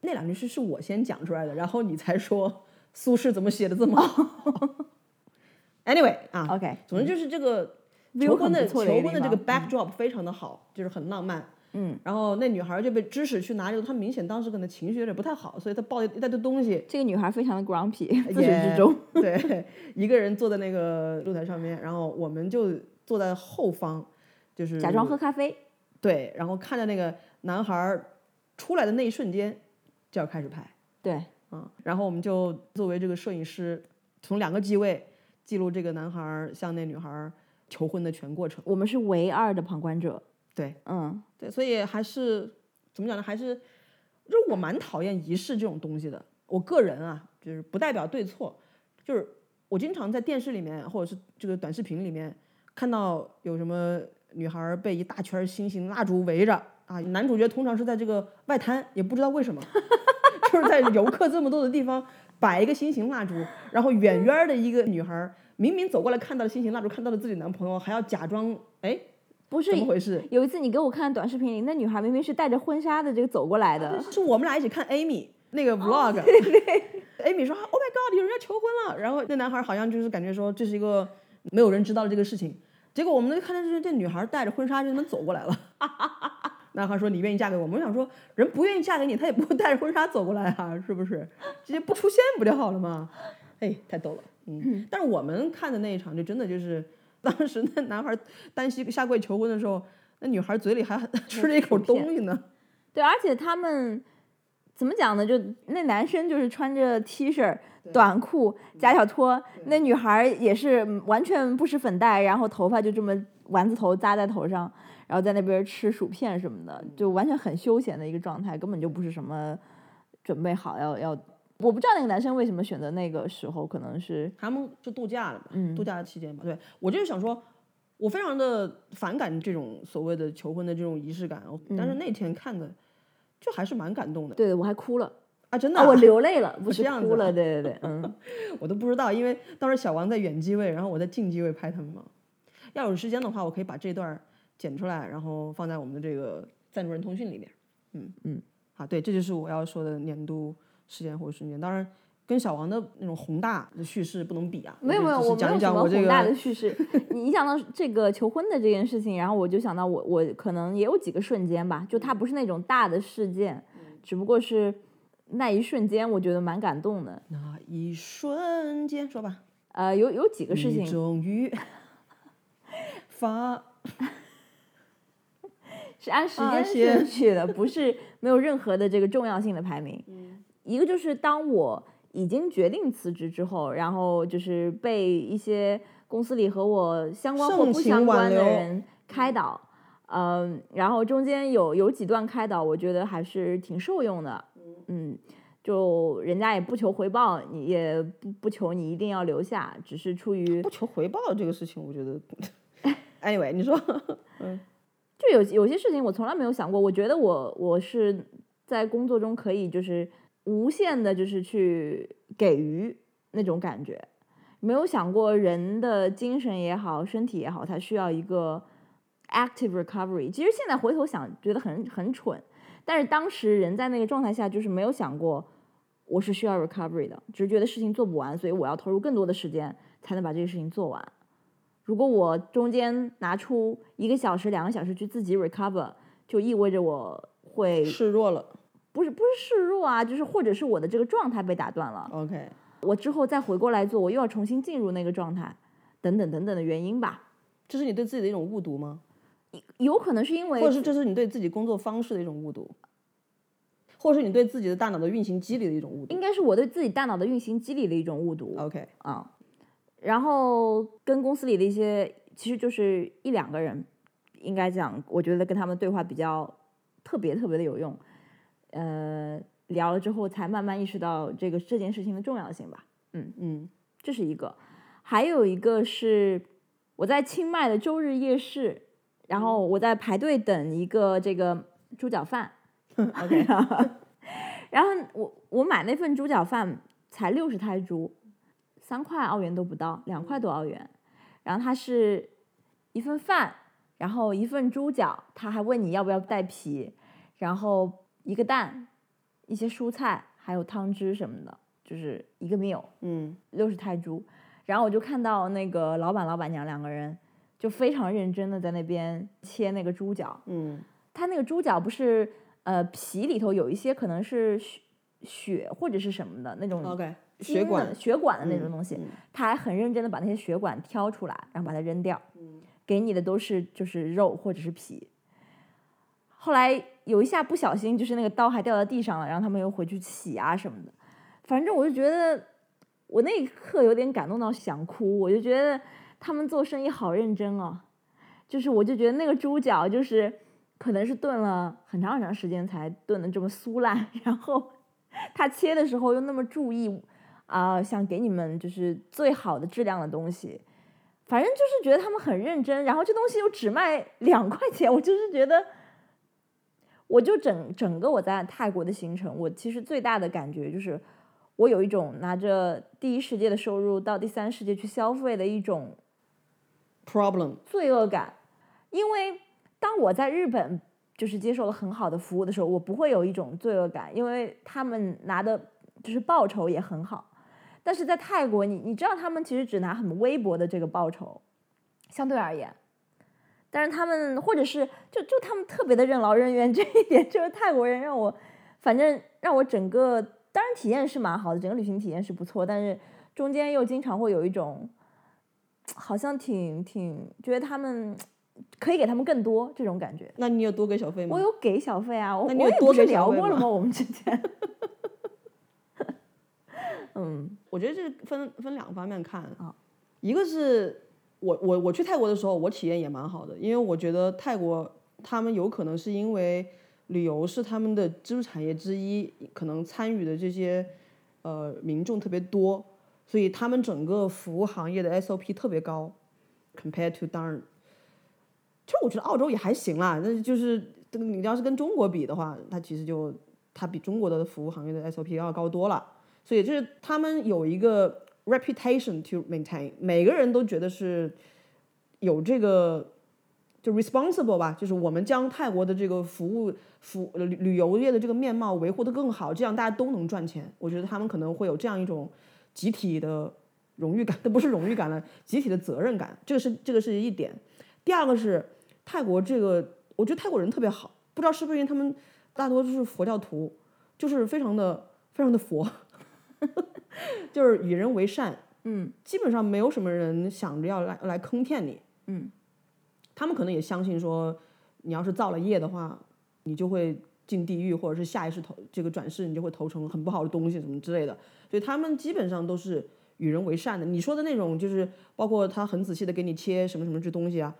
Speaker 1: 那两句诗是我先讲出来的，然后你才说苏轼怎么写的这么好。anyway 啊
Speaker 2: OK
Speaker 1: 总之就是这个
Speaker 2: view
Speaker 1: 求婚
Speaker 2: 嗯很
Speaker 1: 的
Speaker 2: 不
Speaker 1: 求
Speaker 2: 错的一个
Speaker 1: 婚的这个
Speaker 2: 地方
Speaker 1: backdrop 非常的好，就是很浪漫。
Speaker 2: 嗯，
Speaker 1: 然后那女孩就被指使去哪里了？她明显当时可能情绪有点不太好，所以她抱一大堆东西，
Speaker 2: 这个女孩非常的 grumpy，自始
Speaker 1: 也
Speaker 2: 至终。
Speaker 1: 对，一个人坐在那个露台上面，然后我们就坐在后方，就是
Speaker 2: 假装喝咖啡。
Speaker 1: 对，然后看着那个男孩儿出来的那一瞬间就要开始拍。
Speaker 2: 对，
Speaker 1: 嗯，然后我们就作为这个摄影师，从两个机位记录这个男孩儿向那女孩儿求婚的全过程。
Speaker 2: 我们是唯二的旁观者。
Speaker 1: 对，
Speaker 2: 嗯，
Speaker 1: 对，所以还是怎么讲呢？还是就是我蛮讨厌仪式这种东西的。我个人啊，就是不代表对错，就是我经常在电视里面或者是这个短视频里面看到有什么女孩儿被一大圈儿星星蜡烛围着啊，男主角通常是在这个外滩，也不知道为什么， 就是在游客这么多的地方摆一个星形蜡烛，然后远远儿的一个女孩儿明明走过来看到了星形蜡烛，看到了自己男朋友，还要假装哎
Speaker 2: 不是
Speaker 1: 怎。么回事？
Speaker 2: 有一次你给我看短视频里，那女孩明明是带着婚纱的这个走过来的，
Speaker 1: 是我们俩一起看 Amy 那个 vlog，、对哦 Amy 说 Oh my God，有人要求婚了。然后那男孩好像就是感觉说这是一个没有人知道的这个事情。结果我们看到就是这女孩带着婚纱就他妈走过来了。 男孩说你愿意嫁给我吗？我想说人不愿意嫁给你，他也不会带着婚纱走过来啊，是不是？直接不出现不就好了吗？哎，太逗了，嗯。但是我们看的那一场就真的就是，当时那男孩单膝下跪求婚的时候，那女孩嘴里还 吃了一口东西呢。
Speaker 2: 对，而且他们怎么讲呢？就那男生就是穿着 T 恤、短裤、夹
Speaker 1: 嗯
Speaker 2: 脚拖，那女孩也是嗯完全不施粉黛，然后头发就这么丸子头扎在头上，然后在那边吃薯片什么
Speaker 1: 嗯
Speaker 2: 的，就完全很休闲的一个状态，根本就不是什么准备好要要。我不知道那个男生为什么选择那个时候，可能是
Speaker 1: 他们是度假了吧？
Speaker 2: 嗯
Speaker 1: 度假期间吧。对我就是想说，我非常的反感这种所谓的求婚的这种仪式感，但是那天看的就还是蛮感动的
Speaker 2: 嗯对我还哭了
Speaker 1: 啊！真的
Speaker 2: 啊，
Speaker 1: 啊、
Speaker 2: 我流 泪了，不
Speaker 1: 这
Speaker 2: 是
Speaker 1: 样
Speaker 2: 哭
Speaker 1: 子啊
Speaker 2: 了，对对对， 嗯，
Speaker 1: 我都不知道，因为当时小王在远机位，然后我在近机位拍他们嘛。要有时间的话，我可以把这段儿剪出来，然后放在我们的这个赞助人通讯里面。嗯
Speaker 2: 嗯，
Speaker 1: 好，对，这就是我要说的年度事件或者瞬间。当然，跟小王的那种宏大的叙事不能比啊。
Speaker 2: 没有
Speaker 1: 我
Speaker 2: 没
Speaker 1: 就
Speaker 2: 有，
Speaker 1: 只是
Speaker 2: 我
Speaker 1: 讲
Speaker 2: 没有
Speaker 1: 一
Speaker 2: 什
Speaker 1: 讲
Speaker 2: 么
Speaker 1: 我这
Speaker 2: 宏
Speaker 1: 个
Speaker 2: 大的叙事。你一讲到这个求婚的这件事情，然后我就想到我我可能也有几个瞬间吧，就它不是那种大的事件，
Speaker 1: 嗯
Speaker 2: 只不过是那一瞬间，我觉得蛮感动的。
Speaker 1: 那一瞬间，说吧。
Speaker 2: 呃，有有几个事
Speaker 1: 你
Speaker 2: 情，
Speaker 1: 终 于发
Speaker 2: 是按时
Speaker 1: 发
Speaker 2: 间
Speaker 1: 现
Speaker 2: 顺序的，不是没有任何的这个重要性的排名。
Speaker 1: 嗯
Speaker 2: 一个就是当我已经决定辞职之后，然后就是被一些公司里和我相关或
Speaker 1: 盛
Speaker 2: 不
Speaker 1: 情
Speaker 2: 相关
Speaker 1: 挽
Speaker 2: 的
Speaker 1: 留
Speaker 2: 人开导，嗯，然后中间有有几段开导，我觉得还是挺受用的，嗯。就人家也不求回报，你也不不求你一定要留下，只是出于
Speaker 1: 不求回报这个事情，我觉 得，anyway，你说
Speaker 2: 就有有些事情我从来没有想过，我觉得我我是在工作中可以就是无限的，就是去给予那种感觉，没有想过人的精神也好，身体也好，它需要一个 active recovery。其实现在回头想，觉得很很蠢，但是当时人在那个状态下，就是没有想过我是需要 recovery 的，只是觉得事情做不完，所以我要投入更多的时间才能把这个事情做完。如果我中间拿出一个小时、两个小时去自己 recover，就意味着我会
Speaker 1: 示弱了
Speaker 2: 不是不是示弱啊，就是或者是我的这个状态被打断了，
Speaker 1: ，OK，
Speaker 2: 我之后再回过来做，我又要重新进入那个状态，等等等等的原因吧。
Speaker 1: 这是你对自己的一种误读吗？
Speaker 2: 有可能是因为
Speaker 1: 或者是这是你对自己工作方式的一种误读，或者是你对自己的大脑的运行机理的一种误读
Speaker 2: 应该是我对自己大脑的运行机理的一种误读
Speaker 1: ？OK，
Speaker 2: 啊。然后跟公司里的一些，其实就是一两个人，应该讲，我觉得跟他们对话比较特别特别的有用。呃聊了之后，才慢慢意识到这个这件事情的重要性吧。嗯，
Speaker 1: 嗯，
Speaker 2: 这是一个，还有一个是我在清迈的周日夜市，然后我在排队等一个这个猪脚饭，OK，然后我我买那份猪脚饭才六十泰铢，三块澳元都不到，两块多澳元，然后它是一份饭，然后一份猪脚，他还问你要不要带皮，然后一个蛋，一些蔬菜，还有汤汁什么的，就是一个 meal。
Speaker 1: 嗯，
Speaker 2: 六十泰铢，然后我就看到那个老板老板娘两个人就非常认真的在那边切那个猪脚，
Speaker 1: 嗯，
Speaker 2: 它那个猪脚不是呃皮里头有一些可能是血血或者是什么的那种
Speaker 1: OK，
Speaker 2: 筋
Speaker 1: 血管
Speaker 2: 的血管的那种
Speaker 1: 嗯
Speaker 2: 东西，
Speaker 1: 嗯
Speaker 2: 他还很认真的把那些血管挑出来，然后把它扔掉，
Speaker 1: 嗯
Speaker 2: 给你的都是就是肉或者是皮。后来有一下不小心，就是那个刀还掉到地上了，然后他们又回去洗啊什么的。反正我就觉得，我那一刻有点感动到想哭，我就觉得他们做生意好认真哦。就是我就觉得那个猪脚就是可能是炖了很长很长时间才炖的这么酥烂， 然后他切的时候又那么注意啊、想给你们就是最好的质量的东西。反正就是觉得他们很认真，然后这东西又只卖 两块钱，我就是觉得，我就整整个我在泰国的行程，我其实最大的感觉就是，我有一种拿着第一世界的收入到第三世界去消费的一种
Speaker 1: problem，
Speaker 2: 罪恶感，因为当我在日本就是接受了很好的服务的时候，我不会有一种罪恶感，因为他们拿的就是报酬也很好。但是在泰国，你你知道他们其实只拿很微薄的这个报酬，相对而言，但是他们或者是就就他们特别的任劳任怨，这 一点就是泰国人让我，反正让我整个当然体验是蛮好的，整个旅行体验是不错，但是中间又经常会有一种好像挺挺觉得他们可以给他们更多这种感觉。
Speaker 1: 那你有多给小费吗
Speaker 2: 我？有给小费啊，我
Speaker 1: 嗯那你
Speaker 2: 我
Speaker 1: 有
Speaker 2: 也
Speaker 1: 多
Speaker 2: 不
Speaker 1: 给
Speaker 2: 是
Speaker 1: 小
Speaker 2: 聊
Speaker 1: 费
Speaker 2: 过了
Speaker 1: 吗
Speaker 2: 吗？我们 之间，嗯
Speaker 1: 我觉得这分分两方面看
Speaker 2: 啊，
Speaker 1: 一个是我我我去泰国的时候，我体验也蛮好的，因为我觉得泰国他们有可能是因为旅游是他们的支柱产业之一，可能参与的这些呃民众特别多，所以他们整个服务行业的 SOP 特别高，compared to 当然，其实我觉得澳洲也还行啦，但是就是这个你要是跟中国比的话，它其实就它比中国的服务行业的 SOP 要高多了。所以就是他们有一个 reputation to maintain，每个人都觉得是有这个就 responsible 吧，就是我们将泰国的这个服务服呃旅旅游业的这个面貌维护的更好，这样大家都能赚钱。我觉得他们可能会有这样一种集体的荣誉感， 这不是荣誉感了，集体的责任感，这个是这个是一点。第二个是泰国这个，我觉得泰国人特别好，不知道是不是因为他们大多都是佛教徒，就是非常的非常的佛，就是与人为善，
Speaker 2: 嗯，
Speaker 1: 基本上没有什么人想着要来来坑骗你，
Speaker 2: 嗯，
Speaker 1: 他们可能也相信说，你要是造了业的话，你就会进地狱，或者是下一世投这个转世，你就会投成很不好的东西什么之类的，所以他们基本上都是与人为善的。你说的那种就是包括他很仔细的给你切什么什么这东西啊，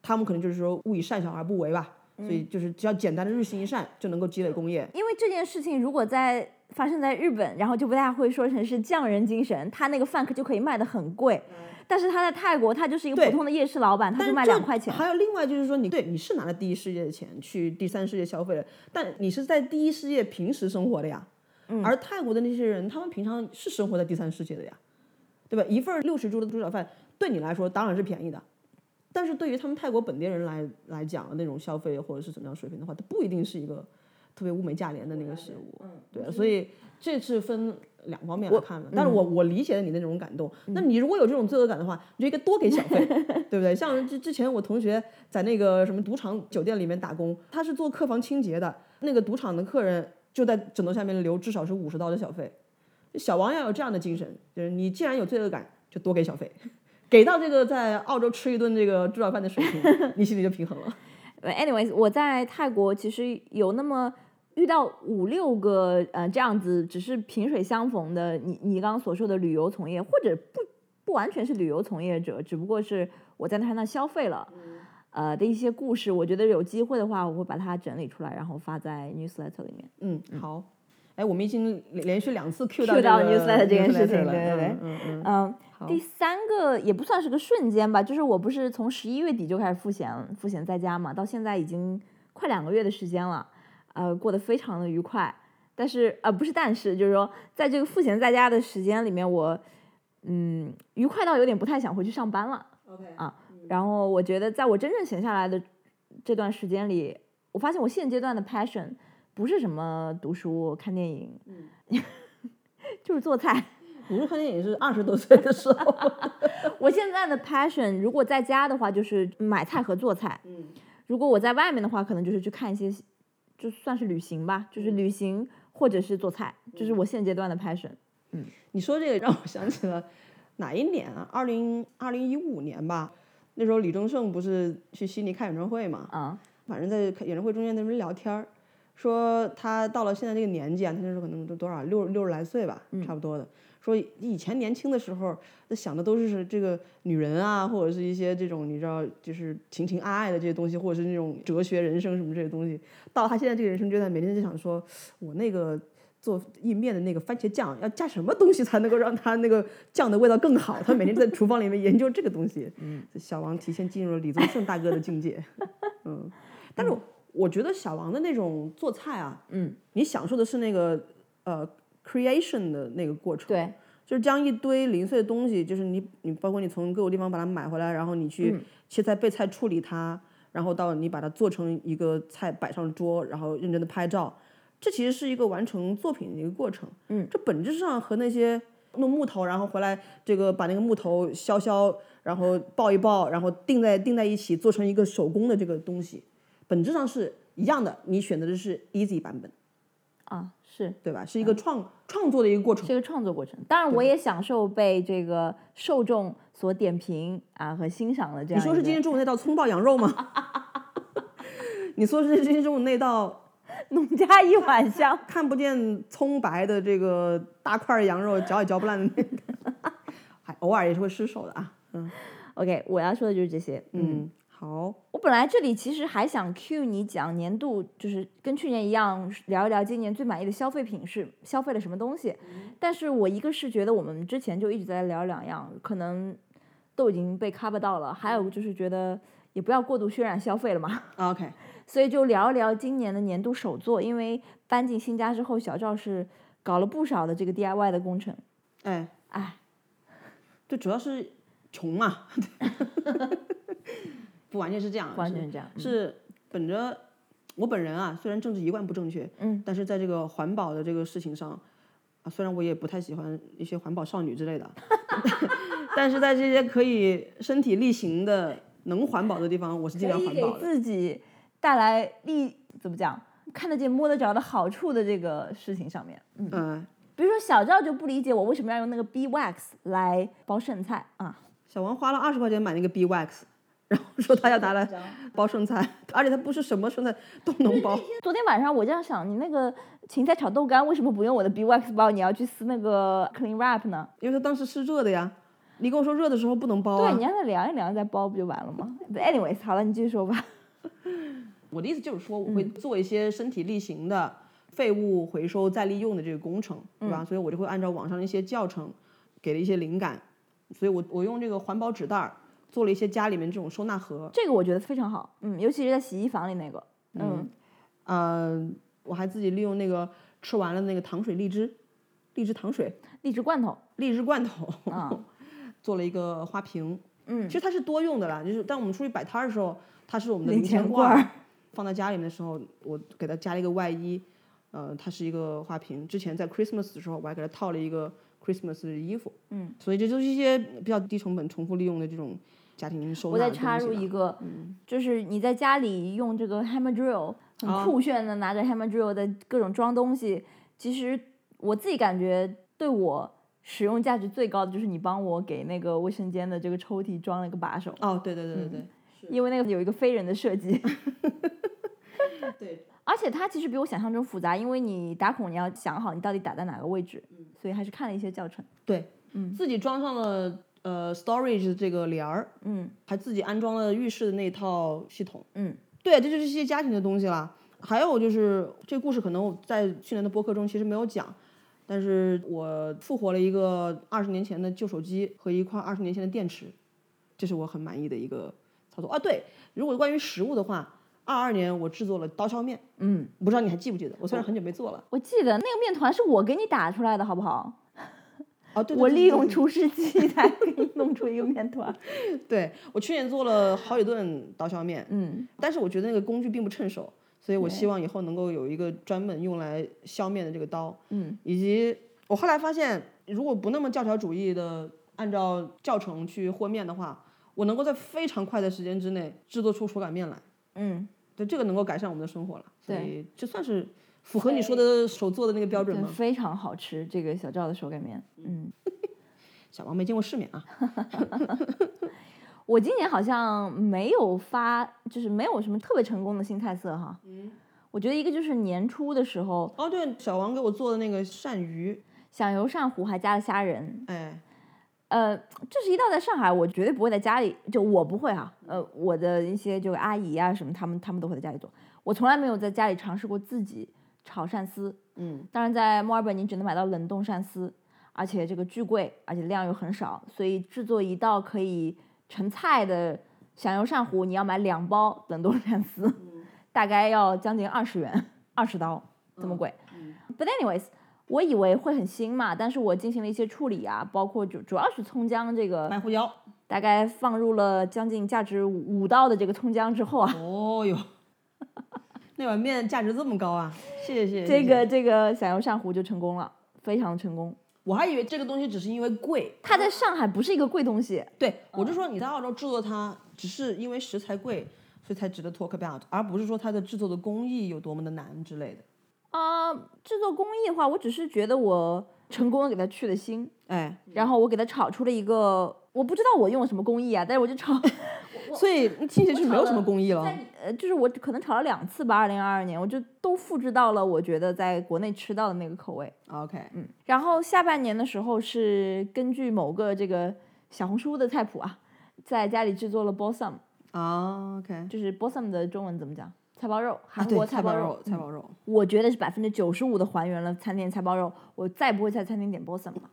Speaker 1: 他们可能就是说勿以善小而不为吧。所
Speaker 2: 嗯
Speaker 1: 以就是只要简单的日行一善就能够积累功业，
Speaker 2: 因为这件事情如果在发生在日本，然后就被大家会说成是匠人精神，他那个饭可就可以卖的很贵。但是他在泰国，他就是一个普通的夜市老板，
Speaker 1: 嗯
Speaker 2: 他
Speaker 1: 但
Speaker 2: 就是卖
Speaker 1: 这
Speaker 2: 两块钱。
Speaker 1: 还有另外就是说你，对你是拿了第一世界的钱去第三世界消费的，但你是在第一世界平时生活的呀。
Speaker 2: 嗯
Speaker 1: 而泰国的那些人，他们平常是生活在第三世界的呀，对吧？一份六十铢的猪脚饭对你来说当然是便宜的，但是对于他们泰国本地人来来讲的那种消费或者是怎么样水平的话，它不一定是一个特别物美价廉的那个食物。
Speaker 2: 嗯
Speaker 1: 对，所以这是分两方面来看的。但是我我理解了你的那种感动。那你如果有这种罪恶感的话，你就应该多给小费，对不对？像之之前我同学在那个什么赌场酒店里面打工，他是做客房清洁的，那个赌场的客人就在枕头下面留至少是五十刀的小费。小王要有这样的精神，就是你既然有罪恶感，就多给小费。 给到这个在澳洲吃一顿这个猪脚饭的水平，你心里就平衡了。
Speaker 2: 呃 anyways，我在泰国其实有那么遇到五六个呃这样子，只是萍水相逢的，你你刚刚所说的旅游从业，或者不不完全是旅游从业者，只不过是我在他那消费了，呃的一些故事，我觉得有机会的话，我会把它整理出来，然后发在 newsletter 里面。
Speaker 1: 嗯，好。哎，我们已经连连续两次 Q 到
Speaker 2: Cue 到
Speaker 1: newsletter
Speaker 2: newsletter 这件事情
Speaker 1: 了
Speaker 2: 对对对
Speaker 1: 嗯嗯嗯
Speaker 2: 嗯，
Speaker 1: 好
Speaker 2: 第三个也不算是个瞬间吧，就是我不是从十一月底就开始赋闲赋闲在家嘛，到现在已经快两个月的时间了，呃，过得非常的愉快。但是呃，不是但是，就是说，在这个赋闲在家的时间里面，我嗯，愉快到有点不太想回去上班了。
Speaker 1: OK，
Speaker 2: 啊，然后我觉得在我真正闲下来的这段时间里，我发现我现阶段的 passion 不是什么读书、看电影，
Speaker 1: 嗯
Speaker 2: 就是做菜。
Speaker 1: 你说看电影是二十多岁的时候，
Speaker 2: 我现在的 passion 如果在家的话，就是买菜和做菜；
Speaker 1: 嗯
Speaker 2: 如果我在外面的话，可能就是去看一些，就算是旅行吧，就是旅行或者是做菜，这是我现阶段的 passion。
Speaker 1: 你说这个让我想起了哪一年啊？二零二零一五年吧，那时候李宗盛不是去悉尼开演唱会嘛？
Speaker 2: 啊，
Speaker 1: 反正在演唱会中间在那边聊天儿，说他到了现在这个年纪啊，他那时候可能都多少六六十来岁吧，差不多的。说以前年轻的时候，那想的都是这个女人啊，或者是一些这种你知道，就是情情爱爱的这些东西，或者是那种哲学人生什么这些东西。到他现在这个人生阶段，每天就想说，我那个做意面的那个番茄酱要加什么东西才能够让它那个酱的味道更好？他每天在厨房里面研究这个东西。嗯，小王提前进入了李宗盛大哥的境界。嗯，但是我我觉得小王的那种做菜啊，
Speaker 2: 嗯，
Speaker 1: 你享受的是那个呃 creation 的那个过程。
Speaker 2: 对，
Speaker 1: 就是将一堆零碎的东西，就是你你包括你从各个地方把它买回来，然后你
Speaker 2: 嗯
Speaker 1: 去切菜备菜处理它，然后到你把它做成一个菜摆上桌，然后认真的拍照，这其实是一个完成作品的一个过程。嗯，这本质上和那些弄木头，然后回来这个把那个木头削削，然后抱一抱，然后钉在钉在一起做成一个手工的这个东西，本质上是一样的。你选择的是 easy 版本，
Speaker 2: 啊，是
Speaker 1: 对吧？是一个创、创作的一个过程。
Speaker 2: 这个创作过程。当然，我也享受被这个受众所点评啊和欣赏的这样一个。
Speaker 1: 你说是今天中午那道葱爆羊肉吗？ 你说是今天中午那道
Speaker 2: 农家一碗香，
Speaker 1: 看不见葱白的这个大块儿羊肉嚼也嚼不烂的那个， 还偶尔也是会失手的啊。
Speaker 2: OK，我要说的就是这些。
Speaker 1: 嗯，好，
Speaker 2: 我本来这里其实还想 cue 你讲年度，就是跟去年一样聊一聊今年最满意的消费品是消费了什么东西。但是我一个是觉得我们之前就一直在聊两样，可能都已经被 cover 到了，还有就是觉得也不要过度渲染消费了嘛，
Speaker 1: ，OK，
Speaker 2: 所以就聊一聊今年的年度首作。因为搬进新家之后，小赵是搞了不少的这个 DIY 的工程。
Speaker 1: 哎，
Speaker 2: 哎，
Speaker 1: 这主要是穷嘛，不完全是这样，
Speaker 2: 完全是这样。嗯
Speaker 1: 是是本着我本人啊，虽然政治一贯不正确，
Speaker 2: 嗯，
Speaker 1: 但是在这个环保的这个事情上，啊，虽然我也不太喜欢一些环保少女之类的， 但是在这些可以身体力行的能环保的地方，我是尽
Speaker 2: 可
Speaker 1: 量
Speaker 2: 以
Speaker 1: 环
Speaker 2: 给
Speaker 1: 保的。
Speaker 2: 自己带来利，怎么讲，看得见、摸得着的好处的这个事情上面。嗯，
Speaker 1: 嗯，
Speaker 2: 比如说小赵就不理解我为什么要用那个 bee wax 来包剩菜啊，
Speaker 1: 小王花了二十块钱买那个 B Wax，然后说他要拿 来包剩菜，而且他不是什么剩菜都能包。
Speaker 2: 昨天晚上我这样想，你那个芹菜炒豆干为什么不用我的 bee wax 包，你要去撕那个 clean wrap 呢？
Speaker 1: 因为它当时是热的呀。你跟我说热的时候不能包
Speaker 2: 对，
Speaker 1: 啊
Speaker 2: 你。让它凉一凉再包不就完了吗？But anyways，好了，你继续说吧。
Speaker 1: 我的意思就是说，我
Speaker 2: 嗯
Speaker 1: 会做一些身体力行的废物回收再利用的这个工程，对
Speaker 2: 嗯
Speaker 1: 吧？所以我就会按照网上的一些教程，给了一些灵感。所以我我用这个环保纸袋儿做了一些家里面这种收纳盒。
Speaker 2: 这个我觉得非常好，嗯，尤其是在洗衣房里那个，嗯
Speaker 1: 呃，我还自己利用那个吃完了那个糖水荔枝，荔枝糖水、
Speaker 2: 荔枝罐头，
Speaker 1: 荔枝罐头，
Speaker 2: 啊
Speaker 1: 做了一个花瓶。
Speaker 2: 嗯
Speaker 1: 其实它是多用的啦，就是当我们出去摆摊儿的时候，它是我们的
Speaker 2: 零
Speaker 1: 零钱
Speaker 2: 钱
Speaker 1: 罐
Speaker 2: 罐
Speaker 1: 儿。放在家里面的时候，我给它加了一个外衣，呃，它是一个花瓶。之前在 Christmas 的时候，我还给它套了一个 Christmas 的衣服。嗯，所以这就是一些比较低成本、重复利用的这种家庭收纳
Speaker 2: 我
Speaker 1: 的
Speaker 2: 再
Speaker 1: 东西吧。
Speaker 2: 插入一个，就是你在家里用这个 hammer drill 很酷炫的拿着 hammer drill 的各种装东西，其实我自己感觉对我使用价值最高的就是你帮我给那个卫生间的这个抽屉装了个把手，
Speaker 1: 哦，对对对对对、
Speaker 2: 因为那个有一个飞人的设计，
Speaker 1: 对，
Speaker 2: 而且它其实比我想象中复杂，因为你打孔你要想好你到底打在哪个位置，所以还是看了一些教程。
Speaker 1: 自己装上了呃 storage 这个帘儿，
Speaker 2: 嗯，
Speaker 1: 还自己安装了浴室的那套系统，
Speaker 2: 嗯，
Speaker 1: 对，这就是一些家庭的东西啦。还有就是这故事可能我在去年的播客中其实没有讲，但是我复活了一个二十年前的旧手机和一块二十年前的电池，这是我很满意的一个操作啊。对，如果关于食物的话，二二年我制作了刀削面，
Speaker 2: 嗯，
Speaker 1: 不知道你还记不记得？我虽然很久没做了，
Speaker 2: 我记得那个面团是我给你打出来的，好不好？
Speaker 1: 哦，对，对
Speaker 2: 我
Speaker 1: 对
Speaker 2: 利
Speaker 1: 对
Speaker 2: 用厨师机才给你弄出一个面团。嗯
Speaker 1: 对我去年做了好几顿刀削面，
Speaker 2: 嗯，
Speaker 1: 但是我觉得那个工具并不趁手，所以我希望以后能够有一个专门用来削面的这个刀。
Speaker 2: 嗯，
Speaker 1: 以及我后来发现，如果不那么教条主义的按照教程去和面的话，我能够在非常快的时间之内制作出手擀面来。
Speaker 2: 嗯，
Speaker 1: 对，这个能够改善我们的生活了。所
Speaker 2: 对
Speaker 1: 以这算是符合你说的手做的那个标准
Speaker 2: 对，
Speaker 1: 吗？
Speaker 2: 非常好吃，这个小赵的手擀面。嗯，
Speaker 1: 小王没见过世面啊。
Speaker 2: 我今年好像没有发，就是没有什么特别成功的新菜色哈。嗯，我觉得一个就是年初的时候，
Speaker 1: 哦，对，小王给我做的那个鳝鱼，
Speaker 2: 响油鳝糊还加了虾仁，
Speaker 1: 哎，
Speaker 2: 呃，这是一道在上海，我绝对不会在家里，就我不会啊。呃，我的一些就阿姨啊什么，他们他们都会在家里做，我从来没有在家里尝试过自己炒鳝丝。
Speaker 1: 嗯，
Speaker 2: 当然，在墨尔本你只能买到冷冻鳝丝，而且这个巨贵，而且量又很少，所以制作一道可以成菜的响油鳝糊，你要买两包冷冻鳝丝， 大概要将近二十元，二十刀，这么贵。But anyways，我以为会很新嘛，但是我进行了一些处理啊，包括主主要是葱姜这个，
Speaker 1: 白胡椒。
Speaker 2: 大概放入了将近价值五刀的这个葱姜之后啊，
Speaker 1: 哦哟， 那碗面价值这么高啊！谢谢谢谢。
Speaker 2: 这
Speaker 1: 谢
Speaker 2: 个
Speaker 1: 谢，
Speaker 2: 这个响油鳝糊就成功了，非常成功。
Speaker 1: 我还以为这个东西只是因为贵。嗯
Speaker 2: 它在上海不是一个贵东西，
Speaker 1: 对，我就说你在澳洲制作它，只是因为食材贵，所以才值得 talk about，而不是说它的制作的工艺有多么的难之类的。
Speaker 2: 啊、制作工艺的话，我只是觉得我成功的给它去了腥，
Speaker 1: 哎，
Speaker 2: 然后我给它炒出了一个，我不知道我用了什么工艺啊，但是我就炒，
Speaker 1: 所以听起来就没有什么工艺了。
Speaker 2: 在呃，就是我可能炒了两次吧，二零二二年我就都复制到了我觉得在国内吃到的那个口味，
Speaker 1: OK，
Speaker 2: 嗯，然后下半年的时候是根据某个这个小红书的菜谱啊，在家里制作了 balsam，
Speaker 1: 啊 OK，
Speaker 2: 就是 balsam 的中文怎么讲？菜包肉，
Speaker 1: 啊
Speaker 2: 韩
Speaker 1: 对，
Speaker 2: 国
Speaker 1: 菜
Speaker 2: 包
Speaker 1: 包
Speaker 2: 肉
Speaker 1: 肉，，嗯菜包肉。
Speaker 2: 我觉得是百分之九十五的还原了餐厅的菜包肉，我再不会在餐厅点 bosom 了。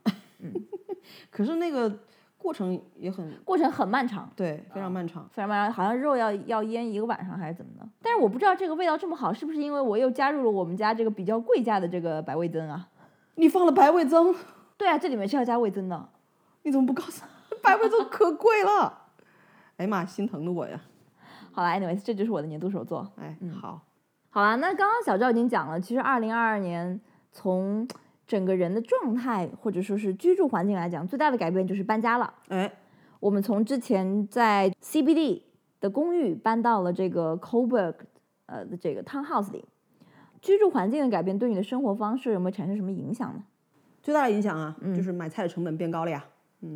Speaker 1: 可是那个过程也很
Speaker 2: 过程很漫长，
Speaker 1: 对，非常漫长。
Speaker 2: 非常漫长，好像肉要要腌一个晚上还是怎么的。但是我不知道这个味道这么好，是不是因为我又加入了我们家这个比较贵价的这个百味增啊？
Speaker 1: 你放了白味增，
Speaker 2: 对啊，这里面是要加味增的。
Speaker 1: 你怎么不告诉我？ 白味增可贵了。哎呀妈，心疼的我呀！
Speaker 2: 好啦 a n y w a y s 这就是我的年度手作。
Speaker 1: 哎，好，
Speaker 2: 好啦，那刚刚小赵已经讲了，其实二零二二年从整个人的状态或者说是居住环境来讲，最大的改变就是搬家了。
Speaker 1: 哎，
Speaker 2: 我们从之前在 CBD 的公寓搬到了这个 Coburg 呃的这个 townhouse 里。居住环境的改变对你的生活方式有没有产生什么影响呢
Speaker 1: 最大的影响啊，就是买菜的成本变高了呀。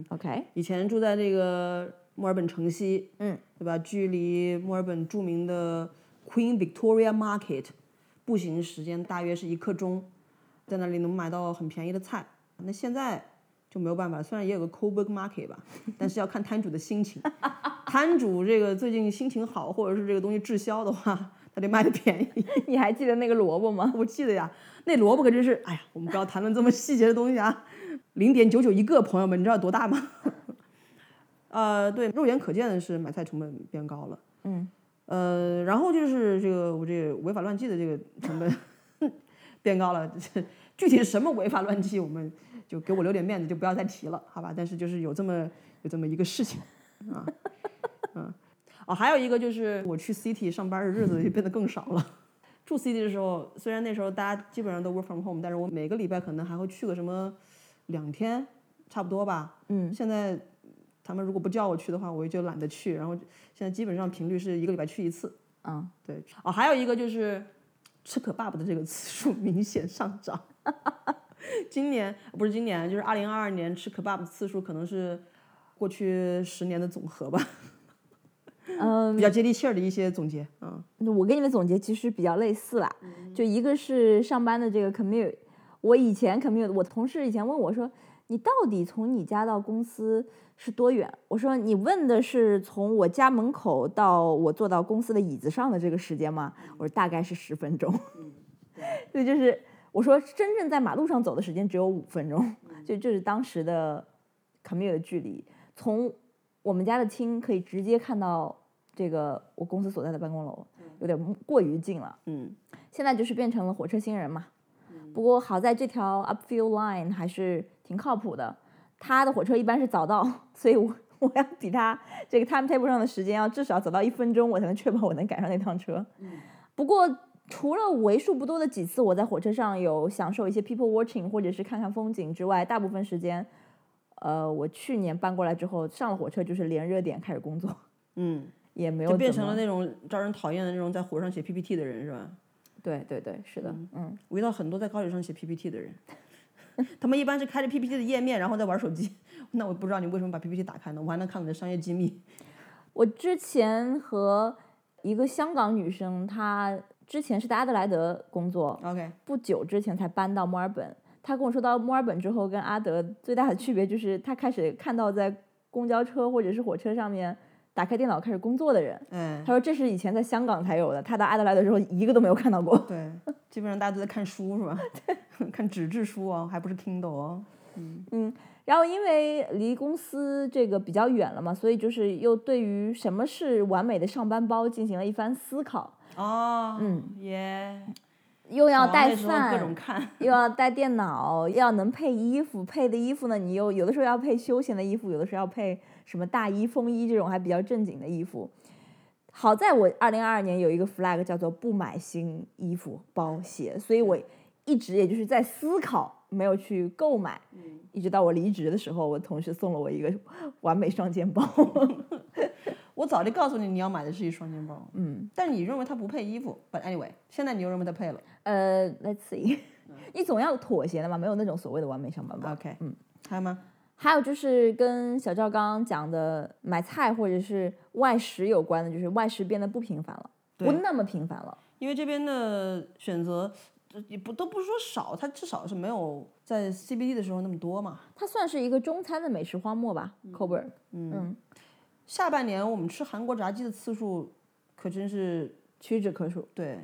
Speaker 2: ？OK，
Speaker 1: 以前住在这个墨尔本城西，
Speaker 2: 嗯，
Speaker 1: 对吧？距离墨尔本著名的 Queen Victoria Market 步行时间大约是一刻钟，在那里能买到很便宜的菜。那现在就没有办法，虽然也有个 Coburg Market 吧，但是要看摊主的心情。摊主这个最近心情好，或者是这个东西滞销的话，他得卖的便宜。
Speaker 2: 你还记得那个萝卜吗？
Speaker 1: 我记得呀，那萝卜可真是，哎呀，我们不要谈论这么细节的东西啊。零点九九一个，朋友们，你知道有多大吗？ 呃，对，肉眼可见的是买菜成本变高了。
Speaker 2: 嗯，
Speaker 1: 呃，然后就是这个我这个违法乱纪的这个成本 变高了，就是具体是什么违法乱纪，我们就给我留点面子，就不要再提了，好吧？但是就是有这么有这么一个事情啊， 嗯，哦，还有一个就是我去 City 上班的日子就变得更少了。住 City 的时候，虽然那时候大家基本上都 work from home，但是我每个礼拜可能还会去个什么两天，差不多吧。
Speaker 2: 嗯，
Speaker 1: 现在他们如果不叫我去的话，我就懒得去。然后现在基本上频率是一个礼拜去一次。
Speaker 2: 嗯，
Speaker 1: 对。哦，还有一个就是吃可爸爸的这个次数 明显上涨。 今年不是今年，就是二零二二年吃可爸爸的次数可能是过去十年的总和吧，
Speaker 2: 嗯，
Speaker 1: 比较接地气儿的一些总结。嗯，
Speaker 2: 我跟你的总结其实比较类似啦，就一个是上班的这个 commute，我以前 commute，我同事以前问我说，你到底从你家到公司是多远？我说你问的是从我家门口到我坐到公司的椅子上的这个时间吗？我说大概是十分钟。 对，就是我说真正在马路上走的时间只有五分钟，就就是当时的 commute 的距离。从我们家的厅可以直接看到这个我公司所在的办公楼，有点过于近了。
Speaker 1: 嗯
Speaker 2: 现在就是变成了火车新人嘛。不过好在这条 upfield line 还是挺靠谱的，他的火车一般是早到，所以我我要比他这个 timetable 上的时间要至少早到一分钟，我才能确保我能赶上那趟车。
Speaker 1: 嗯
Speaker 2: 不过除了为数不多的几次我在火车上有享受一些 people watching 或者是看看风景之外，大部分时间，呃，我去年搬过来之后上了火车就是连热点开始工作，
Speaker 1: 嗯，
Speaker 2: 也没有
Speaker 1: 就变
Speaker 2: 怎
Speaker 1: 成了
Speaker 2: 么
Speaker 1: 那种招人讨厌的那种在火上写 PPT 的人是吧？
Speaker 2: 对对对是的嗯
Speaker 1: 我遇到很多在高铁上写 PPT 的人， 他们一般是开着 PPT 的页面，然后再玩手机。 那我不知道你为什么把 PPT 打开呢？我还能看你的商业机密。
Speaker 2: 我之前和一个香港女生，她之前是在阿德莱德工作，
Speaker 1: OK，
Speaker 2: 不久之前才搬到墨尔本。她跟我说，到墨尔本之后，跟阿德最大的区别就是，她开始看到在公交车或者是火车上面打开电脑开始工作的人。
Speaker 1: 嗯，
Speaker 2: 她说这是以前在香港才有的，她到阿德莱德之后一个都没有看到过。
Speaker 1: 对，基本上大家都在看书是吧？ 看纸质书哦，还不是 Kindle 哦。
Speaker 2: 然后因为离公司这个比较远了嘛，所以就是又对于什么是完美的上班包进行了一番思考，
Speaker 1: 哦，
Speaker 2: 嗯，
Speaker 1: 耶，
Speaker 2: 又
Speaker 1: 小
Speaker 2: 要
Speaker 1: 王
Speaker 2: 带
Speaker 1: 那时候
Speaker 2: 饭，
Speaker 1: 各种看。
Speaker 2: 又要带电脑，要能配衣服，配的衣服呢，你又有的时候要配休闲的衣服，有的时候要配什么大衣、风衣这种还比较正经的衣服。好在我二零二二年有一个 flag 叫做不买新衣服、包、鞋，所以我一直也就是在思考，没有去购买，一直到我离职的时候，我同事送了我一个完美双肩包。
Speaker 1: 我早就告诉你你要买的是一双肩包，
Speaker 2: 嗯，
Speaker 1: 但你认为它不配衣服。But anyway，现在你又认为它配了。
Speaker 2: 呃，let's see，你总要妥协的嘛，没有那种所谓的完美上班包。
Speaker 1: OK，
Speaker 2: 嗯，
Speaker 1: 还有吗？
Speaker 2: 还有就是跟小赵刚刚讲的买菜或者是外食有关的，就是外食变得不频繁了，不
Speaker 1: 对
Speaker 2: 那么频繁了。
Speaker 1: 因为这边的选择这也不都不是说少，它至少是没有在 CBD 的时候那么多嘛。
Speaker 2: 它算是一个中餐的美食荒漠吧
Speaker 1: 嗯
Speaker 2: c o b e r
Speaker 1: 下半年我们吃韩国炸鸡的次数可真是
Speaker 2: 屈指可数，
Speaker 1: 对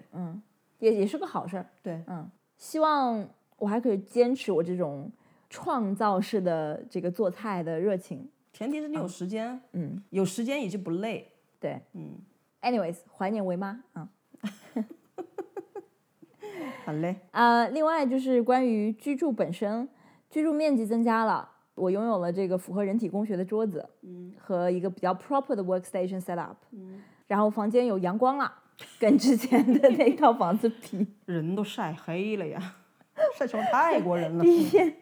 Speaker 2: 也也是个好事儿。
Speaker 1: 对，
Speaker 2: 嗯，希望我还可以坚持我这种创造式的这个做菜的热情。
Speaker 1: 前提是你有时间，
Speaker 2: 嗯，
Speaker 1: 有时间也就不累。
Speaker 2: 对
Speaker 1: 嗯，
Speaker 2: ，anyways，怀念为妈啊。嗯
Speaker 1: 好嘞，
Speaker 2: 呃，另外就是关于居住本身，居住面积增加了，我拥有了这个符合人体工学的桌子，嗯，和一个比较 proper 的 workstation setup，嗯，然后房间有阳光了，跟之前的那套房子比，
Speaker 1: 人都晒黑了 呀，晒成泰国 人了。
Speaker 2: 第一天，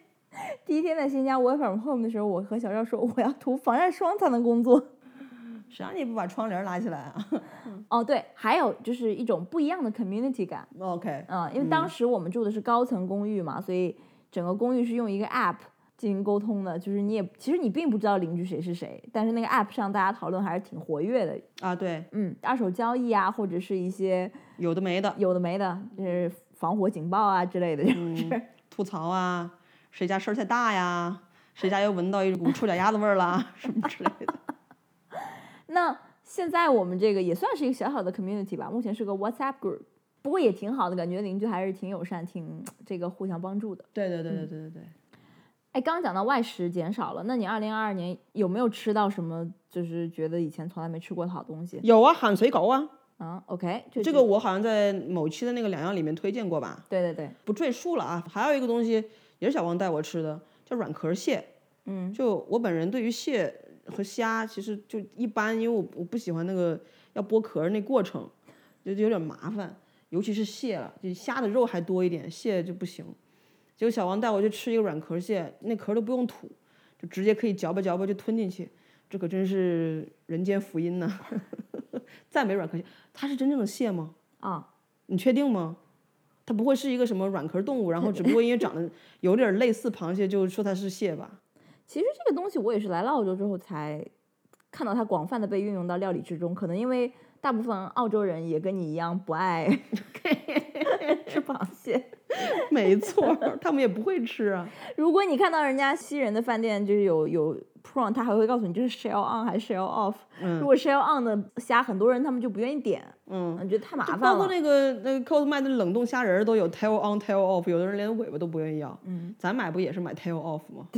Speaker 2: 第一天在新疆 work from home 的时候，我和小赵说我要涂防晒霜才能工作。
Speaker 1: 谁让你不把窗帘拉起来啊
Speaker 2: 哦，对，还有就是一种不一样的 community 感，
Speaker 1: ？OK，
Speaker 2: 嗯，因为当时我们住的是高层公寓嘛，所以整个公寓是用一个 app 进行沟通的，就是你也其实你并不知道邻居谁是谁，但是那个 app 上大家讨论还是挺活跃的，
Speaker 1: 啊，对，
Speaker 2: 嗯，二手交易啊，或者是一些
Speaker 1: 有的没的，
Speaker 2: 有的没的，就是防火警报啊之类的这种事儿。
Speaker 1: 吐槽啊，谁家声儿太大呀，谁家又闻到一股臭脚丫子味儿啦，什么之类的。
Speaker 2: 那现在我们这个也算是一个小小的 community 吧，目前是个 WhatsApp group，不过也挺好的，感觉邻居还是挺友善，挺这个互相帮助的。
Speaker 1: 对对对对对对对，
Speaker 2: 哎，刚刚讲到外食减少了，那你二零二二年有没有吃到什么就是觉得以前从来没吃过的好东西
Speaker 1: 有啊，喊谁搞啊？
Speaker 2: 啊？OK，这
Speaker 1: 这个我好像在某期的那个两样里面推荐过吧，
Speaker 2: 对对对，
Speaker 1: 不赘述了啊。还有一个东西也是小王带我吃的，叫软壳蟹。
Speaker 2: 嗯，
Speaker 1: 就我本人对于蟹和虾其实就一般，因为我我不喜欢那个要剥壳儿那过程，就就有点麻烦，尤其是蟹了，就虾的肉还多一点，蟹就不行。结果小王带我去吃一个软壳蟹，那壳都不用吐，就直接可以嚼吧嚼吧就吞进去，这可真是人间福音呐、 赞美软壳蟹，它是真正的蟹吗？
Speaker 2: 啊，
Speaker 1: 你确定吗？它不会是一个什么软壳动物，然后只不过因为长得有点类似螃蟹，就说它是蟹吧？
Speaker 2: 其实这个东西我也是来了澳洲之后才看到它广泛的被运用到料理之中，可能 因为大部分澳洲人也跟你一样不爱吃螃蟹，
Speaker 1: 没错，他们也不会吃啊。
Speaker 2: 如果你看到人家西人的饭店就是有有 prawn，他还会告诉你这是 shell on 还是 shell off。如果 shell on 的虾，很多人他们就不愿意点，
Speaker 1: 嗯，
Speaker 2: 觉得太麻烦了。
Speaker 1: 包括那个那个 Cold 卖的冷冻虾仁儿都有 tail on tail off，有的人连尾巴都不愿意要。
Speaker 2: 嗯，
Speaker 1: 咱买不也是买 tail off 吗？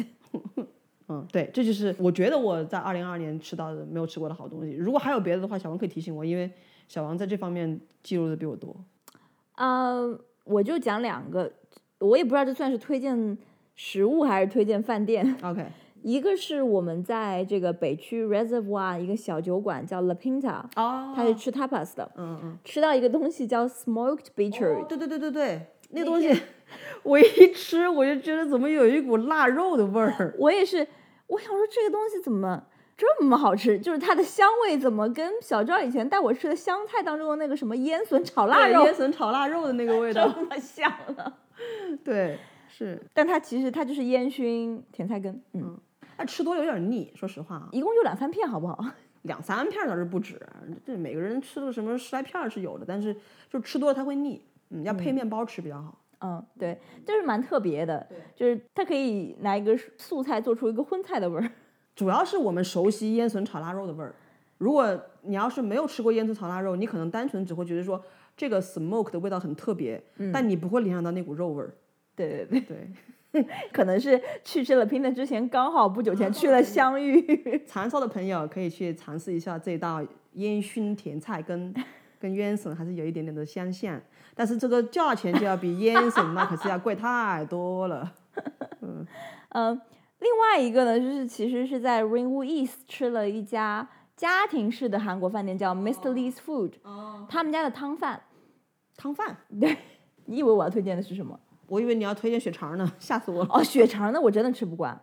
Speaker 1: 嗯，对，这就是我觉得我在二零二年吃到的没有吃过的好东西。如果还有别的的话，小王可以提醒我，因为小王在这方面记录的比我多。
Speaker 2: 呃，我就讲两个，我也不知道这算是推荐食物还是推荐饭店。
Speaker 1: OK，
Speaker 2: 一个是我们在这个北区 Reservoir 一个小酒馆叫 La Pinta，
Speaker 1: 哦
Speaker 2: 它是吃 tapas 的，
Speaker 1: 嗯嗯，哦
Speaker 2: 吃到一个东西叫 smoked beetroot，、
Speaker 1: 对对对对对，那东西我一吃我就觉得怎么有一股腊肉的味儿。
Speaker 2: 我也是，我想说这个东西怎么这么好吃？就是它的香味怎么跟小赵以前带我吃的湘菜当中的那个什么腌笋炒腊
Speaker 1: 对
Speaker 2: 肉
Speaker 1: 椰笋炒腊肉 的那个味
Speaker 2: 这
Speaker 1: 道，
Speaker 2: 么像了？
Speaker 1: 对，是。
Speaker 2: 但它其实它就是烟熏甜菜根，嗯，
Speaker 1: 那吃多了有点腻，说实话啊，
Speaker 2: 一共就两三片，好不好？
Speaker 1: 两三片儿倒是不止。这每个人吃的什么十来片儿是有的，但是就吃多了它会腻，嗯，要配面包吃比较好。
Speaker 2: 嗯，对，就是蛮特别的，就是它可以拿一个素菜做出一个荤菜的味儿。
Speaker 1: 主要是我们熟悉腌笋炒腊肉的味儿。如果你要是没有吃过腌笋炒腊肉，你可能单纯只会觉得说这个 smoke 的味道很特别，但你不会联想到那股肉味儿。
Speaker 2: 对对对，
Speaker 1: 对，
Speaker 2: 可能是去吃了拼的之前，刚好不久前去了香 芋。
Speaker 1: 馋臊的朋友可以去尝试一下这道烟熏甜菜根，跟烟笋还是有一点点的相像，但是这个价钱就要比烟笋那可是要贵太多了。
Speaker 2: 嗯，另外一个呢，就是其实是在 Ringwood East 吃了一家家庭式的韩国饭店，叫 Mr. Lee's Food，、
Speaker 1: 哦，
Speaker 2: 他们家的汤饭。
Speaker 1: 汤饭，
Speaker 2: 你以为我要推荐的是什么？
Speaker 1: 我以为你要推荐血肠呢，吓死我了。
Speaker 2: 哦，血肠的我真的吃不惯，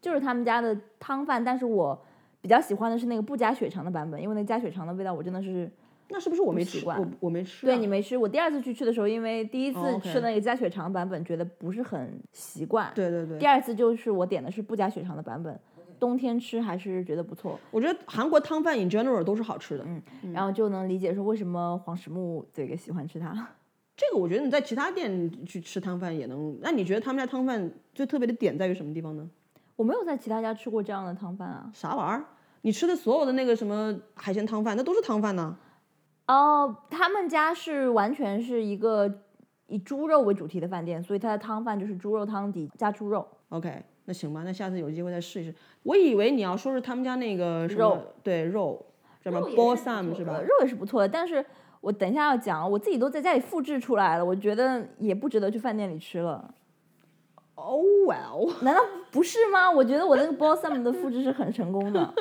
Speaker 2: 就是他们家的汤饭，但是我比较喜欢的是那个不加血肠的版本，因为那加血肠的味道我真的是。
Speaker 1: 那是不是我没
Speaker 2: 不习
Speaker 1: 吃？
Speaker 2: 惯
Speaker 1: 我我没吃啊、
Speaker 2: 对你没吃，我第二次去吃的时候，因为第一
Speaker 1: 哦
Speaker 2: 次
Speaker 1: ，OK
Speaker 2: 吃那个加血肠版本，觉得不是很习惯。
Speaker 1: 对对对
Speaker 2: 第。二次就是我点的是不加血肠的版本，冬天吃还是觉得不错，
Speaker 1: 我觉得韩国汤饭 in general 都是好吃的。
Speaker 2: 然后就能理解说为什么黄石木这个喜欢吃它。
Speaker 1: 这个我觉得你在其他店去吃汤饭也能。那你觉得他们家汤饭最特别的点在于什么地方呢？
Speaker 2: 我没有在其他家吃过这样的汤饭啊。
Speaker 1: 啥玩意儿？你吃的所有的那个什么海鲜汤饭，那都是汤饭呐、
Speaker 2: 哦，他们家是完全是一个以猪肉为主题的饭店，所以它的汤饭就是猪肉汤底加猪肉。
Speaker 1: OK，那行吧，那下次有机会再试一试。我以为你要说是他们家那个什么
Speaker 2: 肉
Speaker 1: 对肉叫什么
Speaker 2: 肉也
Speaker 1: b o
Speaker 2: 是不
Speaker 1: sam
Speaker 2: 错
Speaker 1: 是
Speaker 2: 的
Speaker 1: 吧？
Speaker 2: 肉也是不错的，但是我等一下要讲，我自己都在家里复制出来了，我觉得也不值得去饭店里吃了。
Speaker 1: 哦 well，
Speaker 2: 难道不是吗？我觉得我那个 balsam 的复制是很成功的。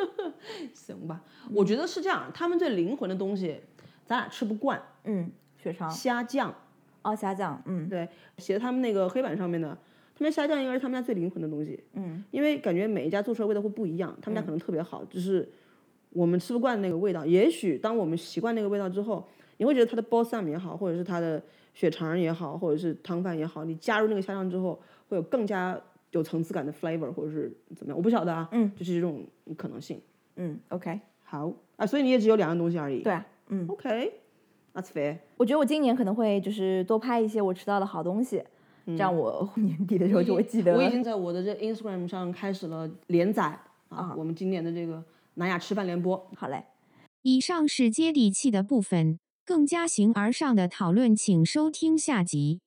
Speaker 1: 行吧，我觉得是这样，他们最灵魂的东西，咱俩吃不惯，
Speaker 2: 嗯，血肠、
Speaker 1: 虾酱。
Speaker 2: 熬虾酱，嗯
Speaker 1: 对，写在他们那个黑板上面的，他们虾酱应该是他们家最灵魂的东西。
Speaker 2: 嗯，
Speaker 1: 因为感觉每一家做出来味道会不一样，他们家可能特别好，就是我们吃不惯那个味道。也许当我们习惯那个味道之后，你会觉得它的 b o s a m 也好，或者是它的血肠也好，或者是汤饭也好，你加入那个虾酱之后，会有更加有层次感的 flavor，或者是怎么样，我不晓得啊。嗯，就是这种可能性。
Speaker 2: 嗯，OK，
Speaker 1: 好啊，所以你也只有两样东西而已。
Speaker 2: 对啊，嗯，
Speaker 1: OK，that's、fair。
Speaker 2: 我觉得我今年可能会就是多拍一些我吃到的好东西，这样我 年底的时候就会记得
Speaker 1: 嗯 我已
Speaker 2: 了。
Speaker 1: 经在我的这 Instagram 上开始了连载啊，我们今年的这个南亚吃饭联播。
Speaker 2: 好嘞，
Speaker 3: 以上是接地气的部分，更加形而上的讨论，请收听下集。